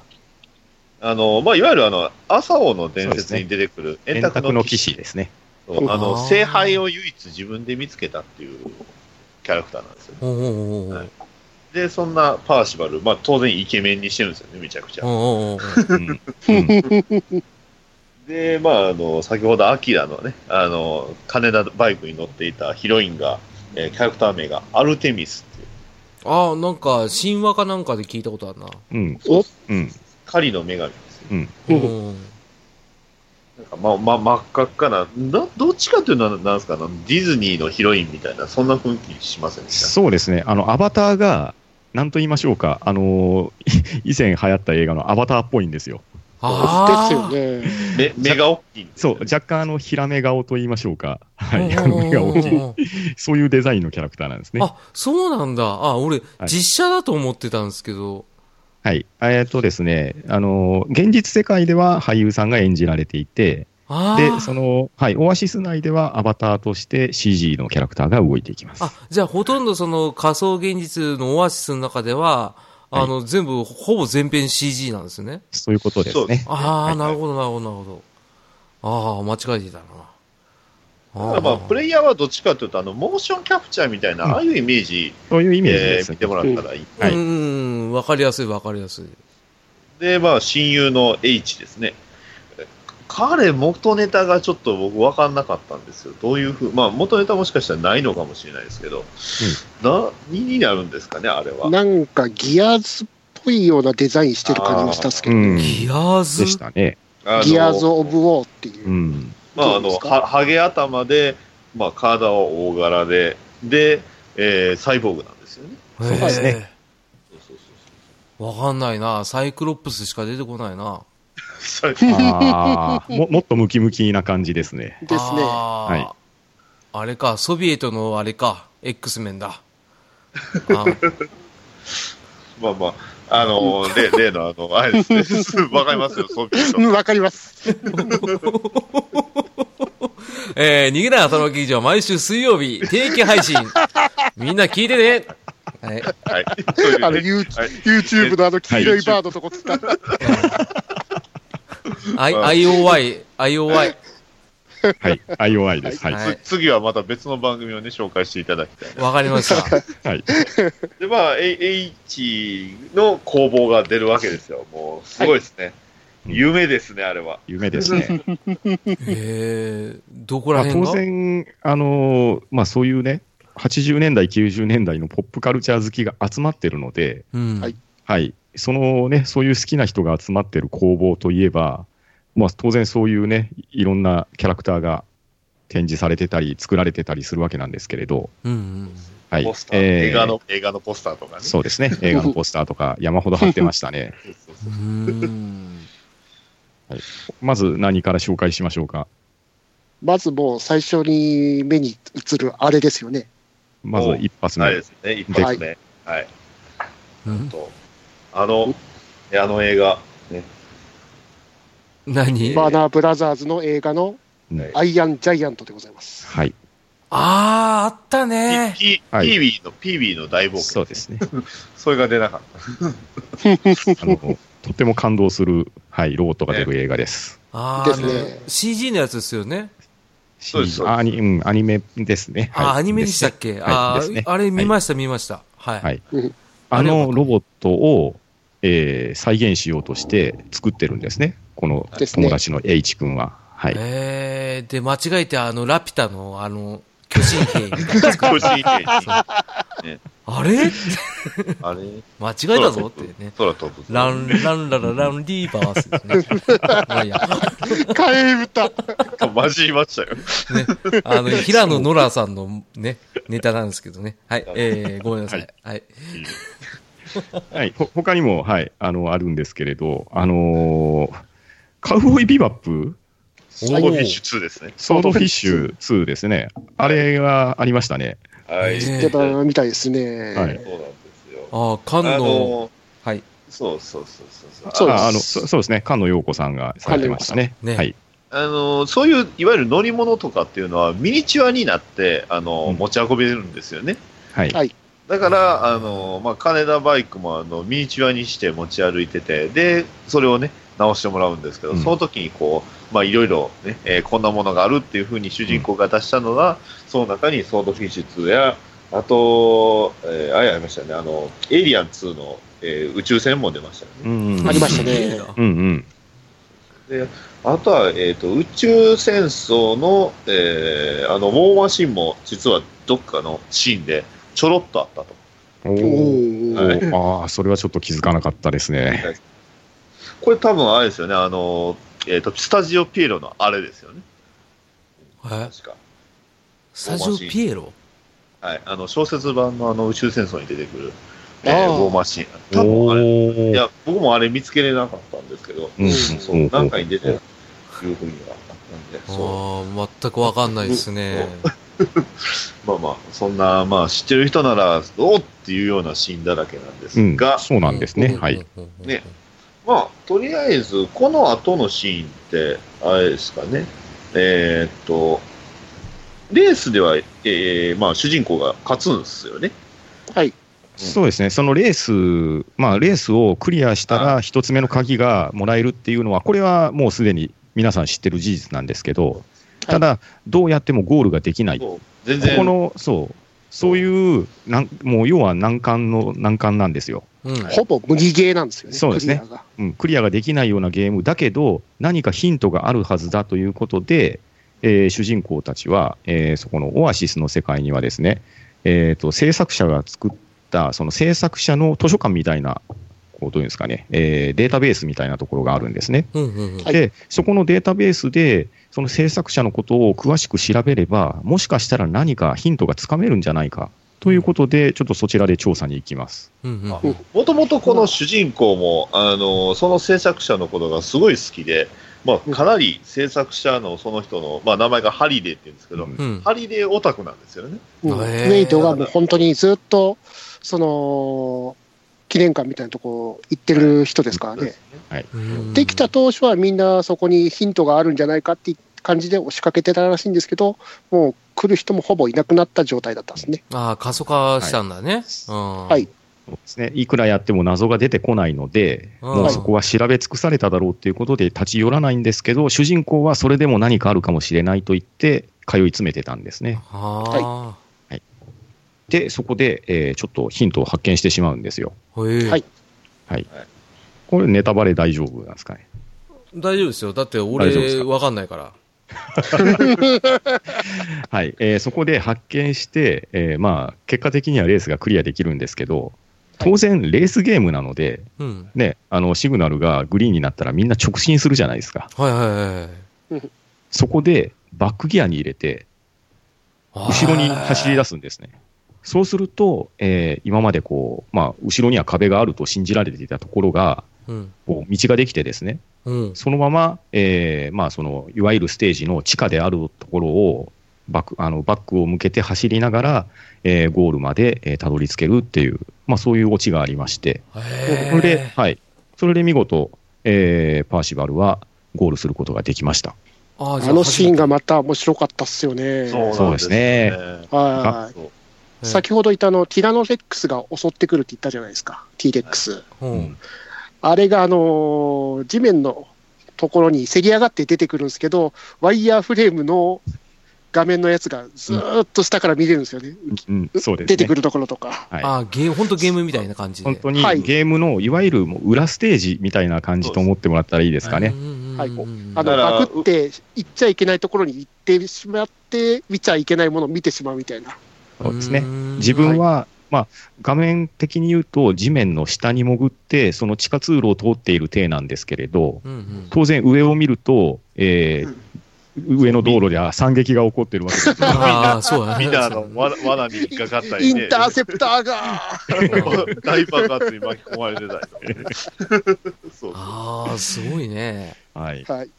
あのまあ、いわゆるあの朝王の伝説に出てくる円円卓卓のの騎騎士士です ね。そうああのー聖杯を唯一自分で見つけたっていうキャラクターなんですよね。あ。おうおうおうおうで、そんなパーシバル、まあ当然イケメンにしてるんですよね、めちゃくちおうゃ。おうおううんうんで、まああの、先ほどアキラのね、あの、金田バイクに乗っていたヒロインが、えーキャラクター名がアルテミスっていう、ああ、なんか、神話かなんかで聞いたことあるな。うんおうん狩りの女神ですよ。うんううん。なんか、まあ、まあ、真っ赤っかな、などっちかというとな、なんですかな、ディズニーのヒロインみたいな、そんな雰囲気しませんでした。そうですね、あのアバターが、なんと言いましょうか、あのー 以前流行った映画のアバターっぽいんですよ。ああ。ですよね。 目目が大きいんですそよう、若干、あの、ひらめ顔と言いましょうか、はい、あうんのうんうんうん目が大きい、そういうデザインのキャラクターなんですね。あ、そうなんだ。あ、俺、い実写だと思ってたんですけど。はい、えっとですね、あのー現実世界では俳優さんが演じられていて、ああ。で、その、はい、オアシス内ではアバターとして CG のキャラクターが動いていきます。あ、じゃあほとんどその仮想現実のオアシスの中では、はいあの、全部、ほぼ全編 CG なんですね。そういうことでそすうでねす。あはあ、いなるほど、なるほど、なるほど。ああ、間違えてたな。ただまあ、プレイヤーはどっちかというと、あの、モーションキャプチャーみたいな、うんああいうイメージ、そういうイメージえでーす見。てもらったらいい。はいうんうん、わかりやすい、わかりやすい。で、まあ、親友の H ですね。彼、元ネタがちょっと僕分かんなかったんですよ。どういうふう、まあ、元ネタもしかしたらないのかもしれないですけど、な何になるんですかね、あれは。なんかギアーズっぽいようなデザインしてる感じがしたっすけうど、ん。でギアーズしたね。あのギアーズ・オブ・ウォーっていうう。ん。まあ、どあうでの、すかはハゲ頭で、まあ、体は大柄で、で、えーサイボーグなんですよね。そううですねそうそうそうわかんないな。サイクロプスしか出てこないな。それあーももっとムキムキな感じですね。ですね。あーはいあれか、ソビエトのあれか、X メンだ。あー まあまあ、あの、例例のあの、あれですね、わかりますよ、そういううん、の。わかります。えー、逃げない朝の劇場、毎週水曜日、定期配信。みんな聞いてね。 はい。はい。そういうあの、ね You- はい YouTube のあの黄色いバードとこ使った。 I- IOI、IOI。はい。IOI です。はい。ははいい。つ次はまた別の番組をね、紹介していただきたい。わかりました。で、まあ、A- H の攻防が出るわけですよ。もう、すごいですね。はい夢ですね、あれは。夢ですね。えー、どこまらあ、辺当が、然、あのーまあ、そういうね、80年代、90年代のポップカルチャー好きが集まってるので、うん、はいはい、そのね、そういう好きな人が集まってる工房といえば、まあ、当然そういうね、いろんなキャラクターが展示されてたり、作られてたりするわけなんですけれど、うんうん。はい、ポスター、えー映画の、映画のポスターとかね。そうで すね、映画のポスターとか山ほど貼ってましたね。そうそううそうーん。まず何から紹介しましょうか。まずもう最初に目に映るあれですよね。まず一発あれ目で。すね、一発目。はい。うんとあの、ねあの映画、ね、何えーバーナーブラザーズの映画のうんアイアンジャイアントでござい ます。はい、あー、あったね。ピピはいービーの、ピービーの大冒そ険う。ですね。それが出なかった。あのとっても感動する、はい、ロボットが出る映画です。あー、であすねの CG のやつですよね。そうですそうですアニ,、うん、アニメですね。あー、はいアニメでしたっけ、すねあはー、いですねあれ見ました、見ました。はい。はいああれはのロボットを、えー再現しようとして作ってるんですね、このですね友達の H 君は。はい、えー、で、間違えて、あの、ラピュタの、あの、巨神兵みたいな。 個人的あれにあれ間違えたぞってね。空飛ぶ。ラン、ランララランリーバース ですね。まあいいや。替え 歌。混じりましたよ。ね。あの、平野ノラさんのね、ネタなんですけどね。はい。えー、ごめんなさい。はい。はい、ほ他にも、はい、あのあるんですけれど、あのーカウボーイビバップ、ソードフィッシュ2ですね。ソードフィッシュ2ですね、あれがありましたね。はい。ねそうえ出たみたいですね。はいなんですよ。ああ、菅あ野、の、はい。そうそうそうそうそそうう。ですああのそそうですね、菅野陽子さんがされてましたね。菅野陽子さんねはい、あの、そういう、いわゆる乗り物とかっていうのは、ミニチュアになって、あの、うん持ち運べるんですよね。はいはいだから、あの、まあ、金田バイクも、あの、ミニチュアにして持ち歩いてて、で、それをね、直してもらうんですけど、うんその時にこう、まあ、いろいろね、えーこんなものがあるっていうふうに主人公が出したのが、その中にソードフィッシュ2や、あと、えーあれありましたね、あの、エイリアン2の、えー宇宙船も出ましたよね。うんありましたねうんうん、あとは、えっ、と、宇宙戦争の、えーあの、ウォーマシンも、実はどっかのシーンで、ちょろっとあったと。おおーーはいああ、それはちょっと気づかなかったですね。これ多分あれですよね、あの、えっ、と、スタジオピエロのあれですよね。え確か。スタジオピエロはい。あの、小説版のあの、宇宙戦争に出てくる、えあー、あウォーマシン。多分あれ、おーいや、僕もあれ見つけれなかったんですけど、うんうんそう、なんかに出てる、いうふうにはあったんで、あそあ、全くわかんないですね。う。まあまあ、そんな、まあ、知ってる人なら、おっっていうようなシーンだらけなんでうすんが、そうなんですね。はい。。ねまあ、とりあえず、この後のシーンって、あれですかね、えーっと、レースでは、えーまあ、主人公が勝つんですよね。はい。そうですね、そのレース、まあ、レースをクリアしたら、一つ目の鍵がもらえるっていうのは、これはもうすでに皆さん知ってる事実なんですけど、ただ、どうやってもゴールができない、こそう全然この、そう、そういう、なんもう要は難関の難関なんですよ、うん。ほぼ無理ゲーなんですよね。そうですねクリアがうん、クリアができないようなゲームだけど、何かヒントがあるはずだということで、えー主人公たちは、えーそこのオアシスの世界にはですね、えーと制作者が作った、その制作者の図書館みたいな、こうどういうんですかね、えーデータベースみたいなところがあるんですね。うんうんうんはいで、そこのデータベースで、その制作者のことを詳しく調べれば、もしかしたら何かヒントがつかめるんじゃないかとということで、ちょっとそちらで調査に行きます。うんうんあもともとこの主人公も、あのその制作者のことがすごい好きで、まあ、かなり制作者のその人の、まあ、名前がハリデーって言うんですけど、うんうんハリデーオタクなんですよね。うんへーウェイドがもう本当にずっと、その、記念館みたいなとこ行ってる人ですからね。うんできた当初はみんなそこにヒントがあるんじゃないかって感じで押しかけてたらしいんですけど、もう来る人もほぼいなくなった状態だったんですね。ああ、過疎化したんだね。うんはい。そうですね、いくらやっても謎が出てこないので、うんもうそこは調べ尽くされただろうということで立ち寄らないんですけど、主人公はそれでも何かあるかもしれないと言って、通い詰めてたんですね。はで、そこで、えーちょっとヒントを発見してしまうんですよ。あ。へえはいこれ、ネタバレ大丈夫なんですかね。大丈夫ですよ。だって大丈夫です俺、かわかんないから。はい、えーそこで発見して、えーまあ、結果的にはレースがクリアできるんですけど、当然、レースゲームなので、うん。ね、あのシグナルがグリーンになったらみんな直進するじゃないですか。はいはいはいはい。そこでバックギアに入れて、後ろに走り出すんですね。そうすると、えー今までこう、まあ、後ろには壁があると信じられていたところが、うん。こう道ができてですね、うん。そのまま、えーまあ、そのいわゆるステージの地下であるところをバックあのバックを向けて走りながら、えーゴールまで、えーたどり着けるっていう、まあ、そういうオチがありまして、へえそれで、はい、それで見事、えーパーシバルはゴールすることができました。あああじゃあのシーンがまた面白かったっすよね。そうですねはいそううん先ほど言ったあの、ティラノレックスが襲ってくるって言ったじゃないですか、T レックス。うん。あれが、あのー地面のところにせり上がって出てくるんですけど、ワイヤーフレームの画面のやつがずーっと下から見れるんですよね、うん、そうですね出てくるところとか。はいああ、ゲーム、ほんとゲームみたいな感じで。本当にはいゲームのいわゆるもう裏ステージみたいな感じと思ってもらったらいいですかね。うん。はいうんあのだからバクって行っちゃいけないところに行ってしまって、見ちゃいけないものを見てしまうみたいな。そうですね。ん自分は、まあ、画面的に言うと地面の下に潜ってその地下通路を通っている体なんですけれどうんうん当然上を見ると、えー上の道路では惨劇が起こってるわけですああ、そうだね。みんなあのわ罠に引っかかったイりねン、ターセプタ ーが 大爆発に巻き込まれてたりね、そうああ、すごいね。はい、はい、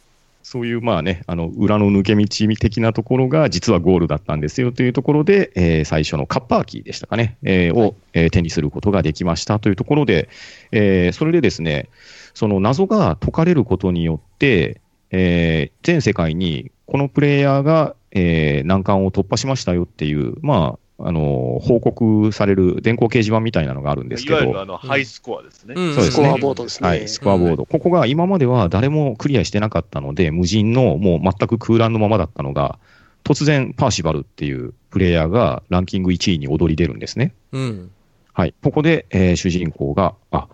そういうまあ、ね、あの裏の抜け道的なところが実はゴールだったんですよというところで、えー最初のカッパーキーでしたかね、えーを、えー手にすることができましたというところで、えーそれでですねその謎が解かれることによって、えー全世界にこのプレイヤーが、えー難関を突破しましたよっていう、まああのー報告される電光掲示板みたいなのがあるんですいけわゆるあど。のハイスコアですね。うんそうスですコねアボードですね。はい、スコアボード、ここが今までは誰もクリアしてなかったので、無人のもう全く空欄のままだったのが、突然、パーシバルっていうプレイヤーがランキング1位に躍り出るんですね。うん。はい、ここで、えー主人公が、あ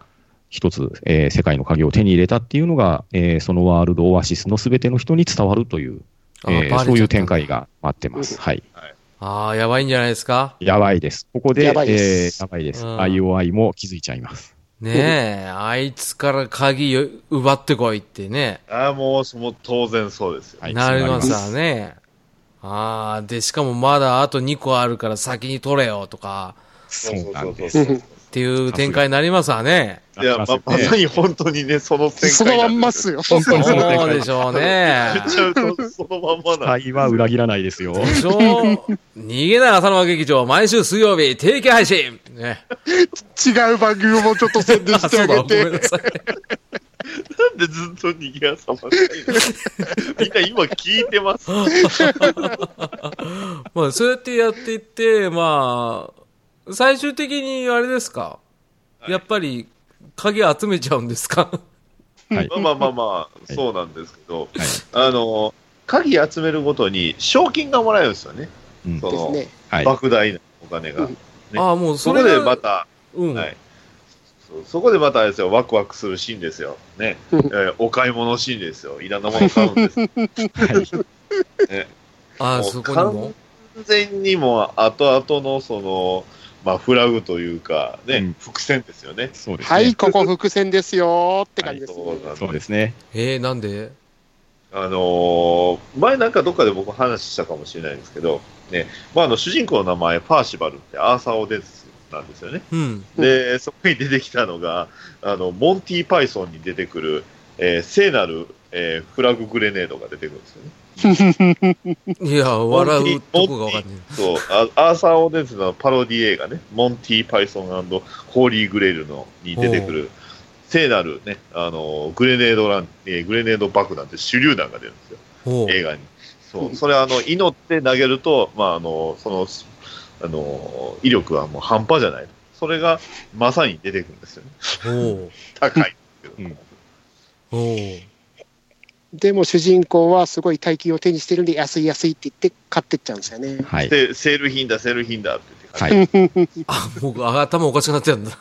一つ、えー世界の鍵を手に入れたっていうのが、えーそのワールドオアシスのすべての人に伝わるという、あえバレーちゃったそういう展開が待ってます。はい、ああ、やばいんじゃないですか。やばいです。ここで、やばいですえーやばいです。うん IOI も気づいちゃいます。ねえ、あいつから鍵よ奪ってこいってね。ああ、もうその当然そうですよ。はい、なりまそうなりますわね。ああ、で、しかもまだあと2個あるから先に取れよとか、そうなんです。うんっていう展開になりますわね。いや、まなりまますよねさに本当にね、そ の展開そのまんますよ。本そ当にそううでしょうね。 言っちゃうと、そのまんまなんで期待は裏切らないですよ。でしょ逃げない浅沼劇場、毎週水曜日、定期配信 ね。 違う番組もちょっと宣伝あしてそあうだ、げごめて。んなさい。なんでずっと逃げ朝までみんな今聞いて ます。まあ、そうやってやっていって、まあ、最終的にあれですか、やっぱり、鍵集めちゃうんですかはいまあまあまあまあ、そうなんですけど、あの、鍵集めるごとに賞金がもらえるんですよね。うんそですの、ね。はい、莫大なお金が。ねああ、もうそそこれでが、また、うん、はい。そ そこでまたあれですよ、ワクワクするシーンですよ。ね。うえんーお買い物シーンですよ。いらんなもの買うんですよ。ああ、もうそこにも。完全にもう後々のその、まあ、フラグというか、ね、うん伏線ですよね。そうですね。はい、ここ伏線ですよって感じですね。そうなんそうで。ですすね。えー、なんであのー前なんかどっかで僕話したかもしれないんですけど、ねまあ、あの主人公の名前、パーシバルってアーサー・オデスなんですよね。うん。で、そこに出てきたのが、あのモンティ・パイソンに出てくる、えー聖なる、えーフラググレネードが出てくるんですよね。いや、笑うとこがわかんない。そう、あアーサー・オデンズのパロディ映画ね、モンティ・パイソンホーリー・グレールのに出てくる、聖なるね、あの、グレネードラン、えーグレネード爆弾って手榴弾が出るんですよ、ほ映画に。そう、それあの、祈って投げると、まあ、あの、その、あの、威力はもう半端じゃない。それがまさに出てくるんですよね。う。ほう。高いけど。うんほう。でも主人公はすごい大金を手にしてるんで安い安いって言って買ってっちゃうんですよね。はい。で、セール品だ、セール品だって言ってはい。あ、僕、あ頭おかしくなっちゃうんだ。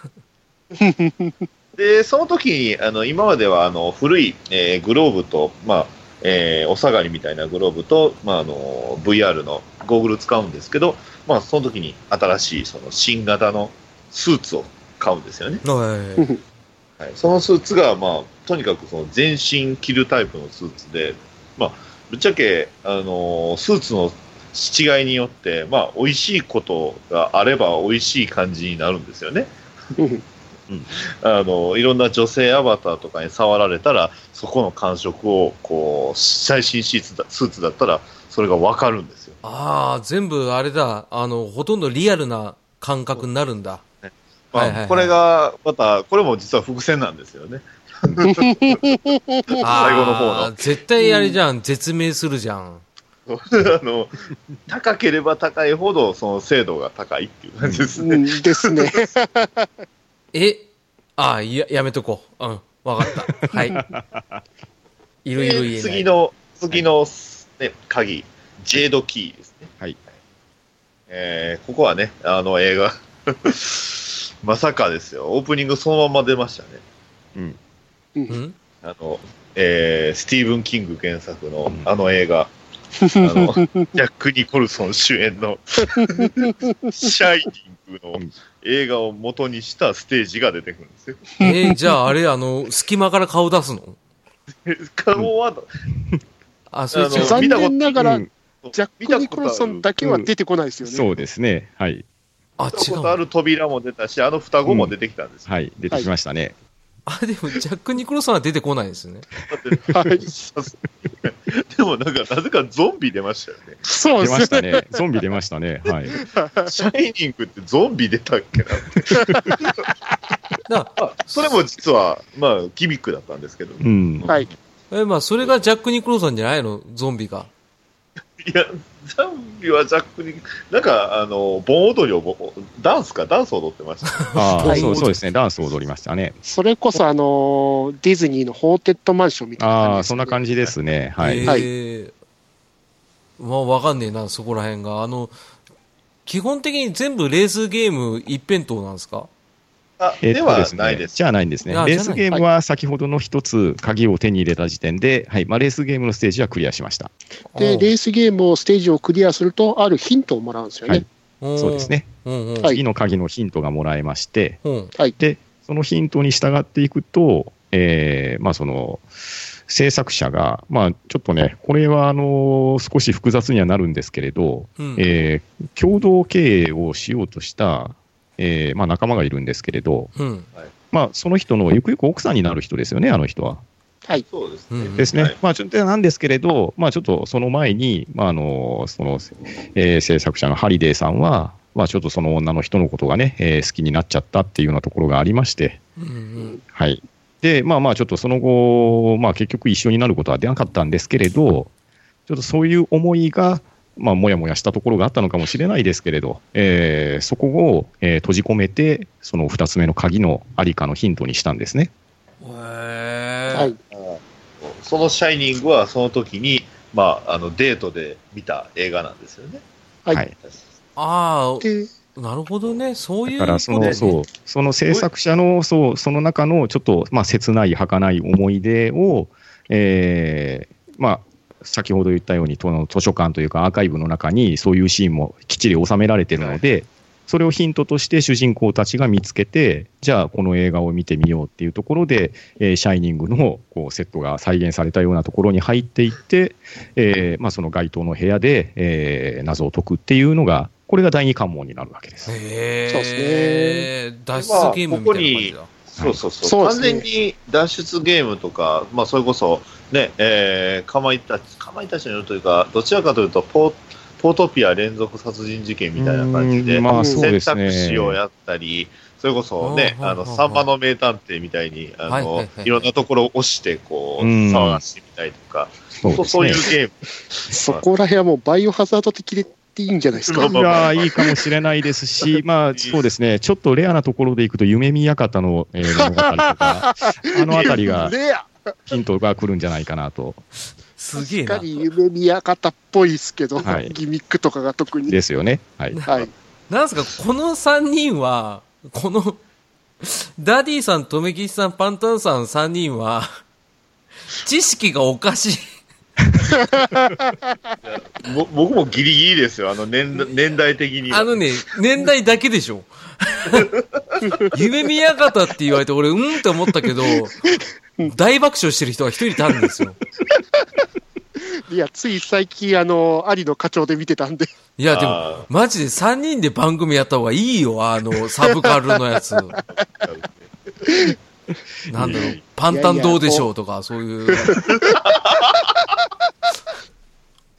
で、その時に、あの、今までは、あの、古い、えーグローブと、まあ、えーお下がりみたいなグローブと、まあ、あの、VR のゴーグル使うんですけど、まあ、その時に新しい、その、新型のスーツを買うんですよね。はい。はい。そのスーツが、まあ、とにかく、その、全身着るタイプのスーツで、まあ、ぶっちゃけ、あの、スーツの違いによって、まあ、美味しいことがあれば美味しい感じになるんですよね。あのいろんな女性アバターとかに触られたらそこの感触をこう最新シーツだスーツだったらそれが分かるんですよああ、全部あれだ。あの、ほとんどリアルな感覚になるんだ。まあはいはいはいこれがまたこれも実は伏線なんですよね最最後の方の絶対あれじゃん。絶命するじゃん。あの高ければ高いほどその精度が高いっていう感じですうね、んですね。えああ、いや、やめとこう。うん。わかった。 はい。いるいるいでる。次。の次の、ね、鍵ジェードキーですねはいえーここはねあの映画 まさかですよオープニングそのまま出ましたねうん。うんあの、えースティーブン・キング原作のうんあの映画、 あのジャック・ニコルソン主演の「シャイニング」の映画を元にしたステージが出てくるんですよ。えーじゃああれ、あの、隙間から顔出すの顔は、あ、それあの違う。残念ながら、うんジャック・ニコルソンだけは出てこないですよね。そうですね。はい。あ、見た違こうとあ。る扉も出たし、あの双子も出てきたんですよ。はい。出てきましたね。あ、でも、ジャック・ニコロさんは出てこないですね。だってはい でもなんか、なぜかゾンビ出ましたよね。そうで出ますしたね。ね。ゾンビ出ましたね。はい。シャイニングってゾンビ出たっけなだかそれも実は、まあ、ギミックだったんですけど。ういん。はい。らえ、まあ、それがジャック・ニコロさんじゃないのゾンビが。や、ゾンビはジャックに、なんか、あの、盆踊りをぼ、ダンスか、ダンス踊ってました。あはあ、いそうそうですね。ダンスを踊りましたね。それこそ、あの、ディズニーのホーテッドマンションみたいな感じあであ、すそんな感じですね。はい。はいえーまあ、わかんねえな、そこら辺が。あの、基本的に全部レースゲーム一辺倒なんですかあ えっでとはですないねで、す。じゃあないんですね。レあじゃーないスゲームは先ほどの一つ鍵を手に入れた時点で、はい、まあレースゲームのステージはクリアしました。で、レースゲームをステージをクリアすると、あるヒントをもらうんですよね。はういんそうです。ね。うんうん。はい次の鍵のヒントがもらえまして、うんで、そのヒントに従っていくと、えーまあその、制作者が、まあちょっとね、これはあの少し複雑にはなるんですけれど、うんえー共同経営をしようとした、えーまあ仲間がいるんですけれど、うん。まあその人のゆくゆく奥さんになる人ですよね、あの人は。はい。そうですうね。んですね。はいまあ、ちょっとなんですけれど、まあ、ちょっとその前に、まあ、あの、その、えー制作者のハリデーさんは、まあ、ちょっとその女の人のことがね、えー好きになっちゃったっていうようなところがありまして、うんうん。はい。で、まあまあ、ちょっとその後、まあ、結局一緒になることは出なかったんですけれど、ちょっとそういう思いが、まあ、もやもやしたところがあったのかもしれないですけれど、えーそこを、えー閉じ込めて、その二つ目の鍵のありかのヒントにしたんですね。へはえ。い。そのシャイニングはその時に、まあ、あのデートで見た映画なんですよね。はいはいあで、あ、なるほどね。そういだうこからとその、ね。そう、その制作者の、そう、その中のちょっと、まあ、切ない、儚い思い出を、えーまあ、先ほど言ったように、と図書館というかアーカイブの中にそういうシーンもきっちり収められてるので、それをヒントとして主人公たちが見つけて、じゃあこの映画を見てみようっていうところで、えーシャイニングのこうセットが再現されたようなところに入っていって、えーまあ、その街頭の部屋で、えー謎を解くっていうのが、これが第二関門になるわけです。へそうでえ。脱出ゲームみたいな感そうそうそう。そうです完ね全に脱出ゲームとか、まあ、それこそ、ね、えー、かまいたち、かまいたちの夜というか、どちらかというとポ、ポートピア連続殺人事件みたいな感じで、うんまあそう選です択ね。肢をやったり、それこそね、あーあの、はいサンマの名探偵みたいに、あはいはいのは、いいろんなところを押して、こう、うん騒がしてみたりとか、そそうそういうですねゲーム。そこら辺はもうバイオハザード的でっていいんじゃないですか。まあまあまあがいいかもしれないで すし、まあそうですね、ちょっとレアなところでいくと、夢見館の、えー物語と か、あのあた りがレアヒントが来るんじゃないかなと。じだ。すげえ確なか。に夢見館っぽいですけど、 はいギミックとかが特に。ですよね。はい。はい。なんすか、この3人は、この、ダディさん、とめきちさん、パンタンさん3人は、知識がおかしい。ぼ僕もギリギリですよ、あの年代年代的には。あのね、年代だけでしょ。夢見やがたって言われて、俺、うんって思ったけど、大爆笑してる人が一人いたんですよ。いや、つい最近、あの、有野課長で見てたんで、いや、であも、マジで3人で番組やった方がいいよ、あの、サブカルのやつ。なんだろう、パンタンどうでしょうとか、そういう。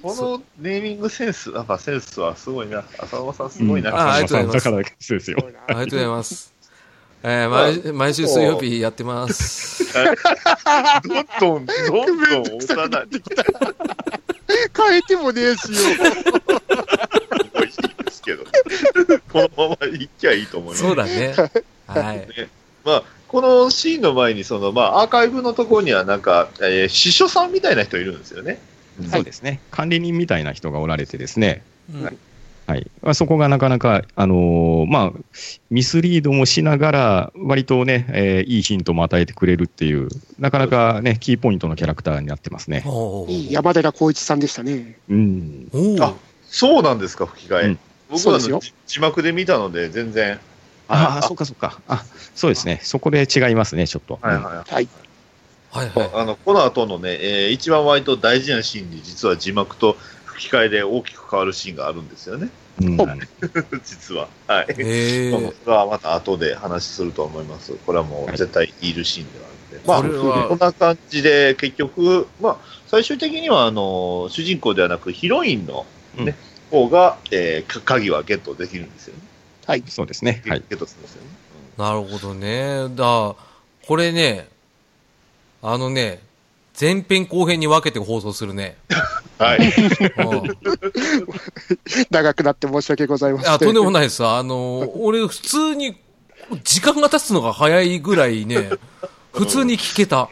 このネーミングセンス、なんかセンスはすごいな。浅間さんすごいな。うんあありがとうございます浅野さんだからですよ。ありがとうございます。えー、毎毎週水曜日やって ます。どんどん、どんどん幼い。変えてもねえしよ。すごいですけ ど。このままいっきゃいいと思います。そうだね。はい。まあ、このシーンの前に、その、まあ、アーカイブのところには、なんか、えー、司書さんみたいな人いるんですよね。そうですね。管理人みたいな人がおられてですね。うんはい。まあ、そこがなかなか、あのーまあ、ミスリードもしながら、割とね、えーいいヒントも与えてくれるっていう、なかなかね、キーポイントのキャラクターになってますね。おいいー山寺宏一さんでしたね。うん。おーあそうなんですか、吹き替え。うん僕そうはあですよの字字幕で見たので、全然。ああ、そうかそうか。あ、そうですね。そこで違いますね、ちょっと。はいはい。はい。はいはい。あのこの後のね、えー一番割と大事なシーンに、実は字幕と吹き替えで大きく変わるシーンがあるんですよね、 うんほっ実は。はい。えまあー、それはまた後で話すると思います。これはもう絶対いるシーンではあこるんれで。まあ、こんは、な感じで結局、まあ、最終的にはあの主人公ではなくヒロインの、ね方が、えーか鍵はゲットできるんですよね。そうですね。ゲ,、はい。ットするんですよね。なるほどね。だ、これね、あのね、前編後編に分けて放送するね。うんはい。うん長くなって申し訳ございません。あ、とんでもないです。あの、俺、普通に、時間が経つのが早いぐらいね、普通に聞けた。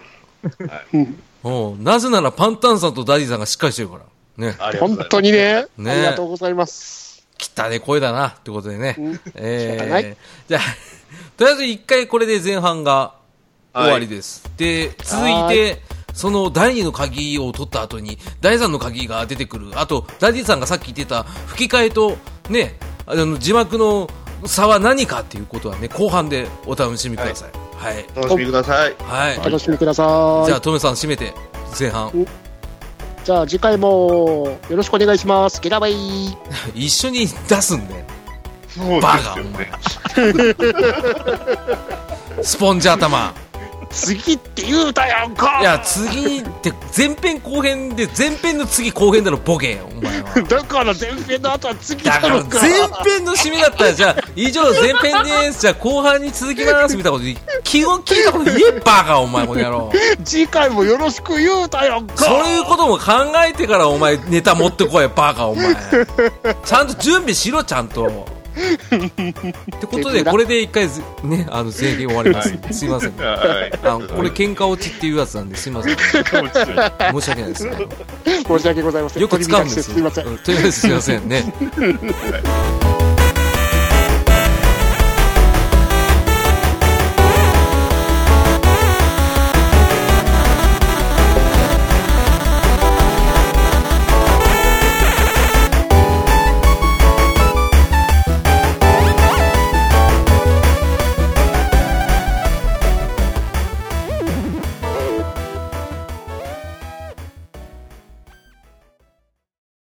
うんうん。なぜならパンタンさんとダディさんがしっかりしてるから。ね。ありがとうご本ざいます当にねねありがとうございます。汚ね声だな、ってこと でね。うんえ仕ー方ないじゃあ、 とりあえず一回これで前半が終わりです。で、続いはて、その第二の鍵を取った後に、第三の鍵が出てくる。あと、ダディさんがさっき言ってた吹き替えと、ね、あの、字幕の差は何かっていうことはね、後半でお楽しみください。はい。お楽しみください。はい。お楽しみください。じゃあ、トメさん締めて、前半。じゃあ次回もよろしくお願いします。ゲラバイ。一緒に出すんで、そうですバカよね。スポンジ頭。次って言うたやんかいや、次って、前編後編で、前編の次後編だろ、ボケ、お前 は。 だから前編の後は次だだからろう前か。編の締めだったら、じゃあ、以上前編です。じゃあ後半に続きます。みたいなこと、気を聞いたこと言え、バカ、お前、この野郎。次回もよろしく言うたやんか。そういうことも考えてから、お前、ネタ持ってこい、バカ、お前。ちゃんと準備しろ、ちゃんと。ってこと で、これで一回ず、ね、あの、制限終わります。すいません。はい。あのこれ、喧嘩落ちっていうやつなんで、すいません。もちろん申し訳ないです。申し訳ございません。よく使うん取り乱でしてすすみません。うんとりあえずすいませんね。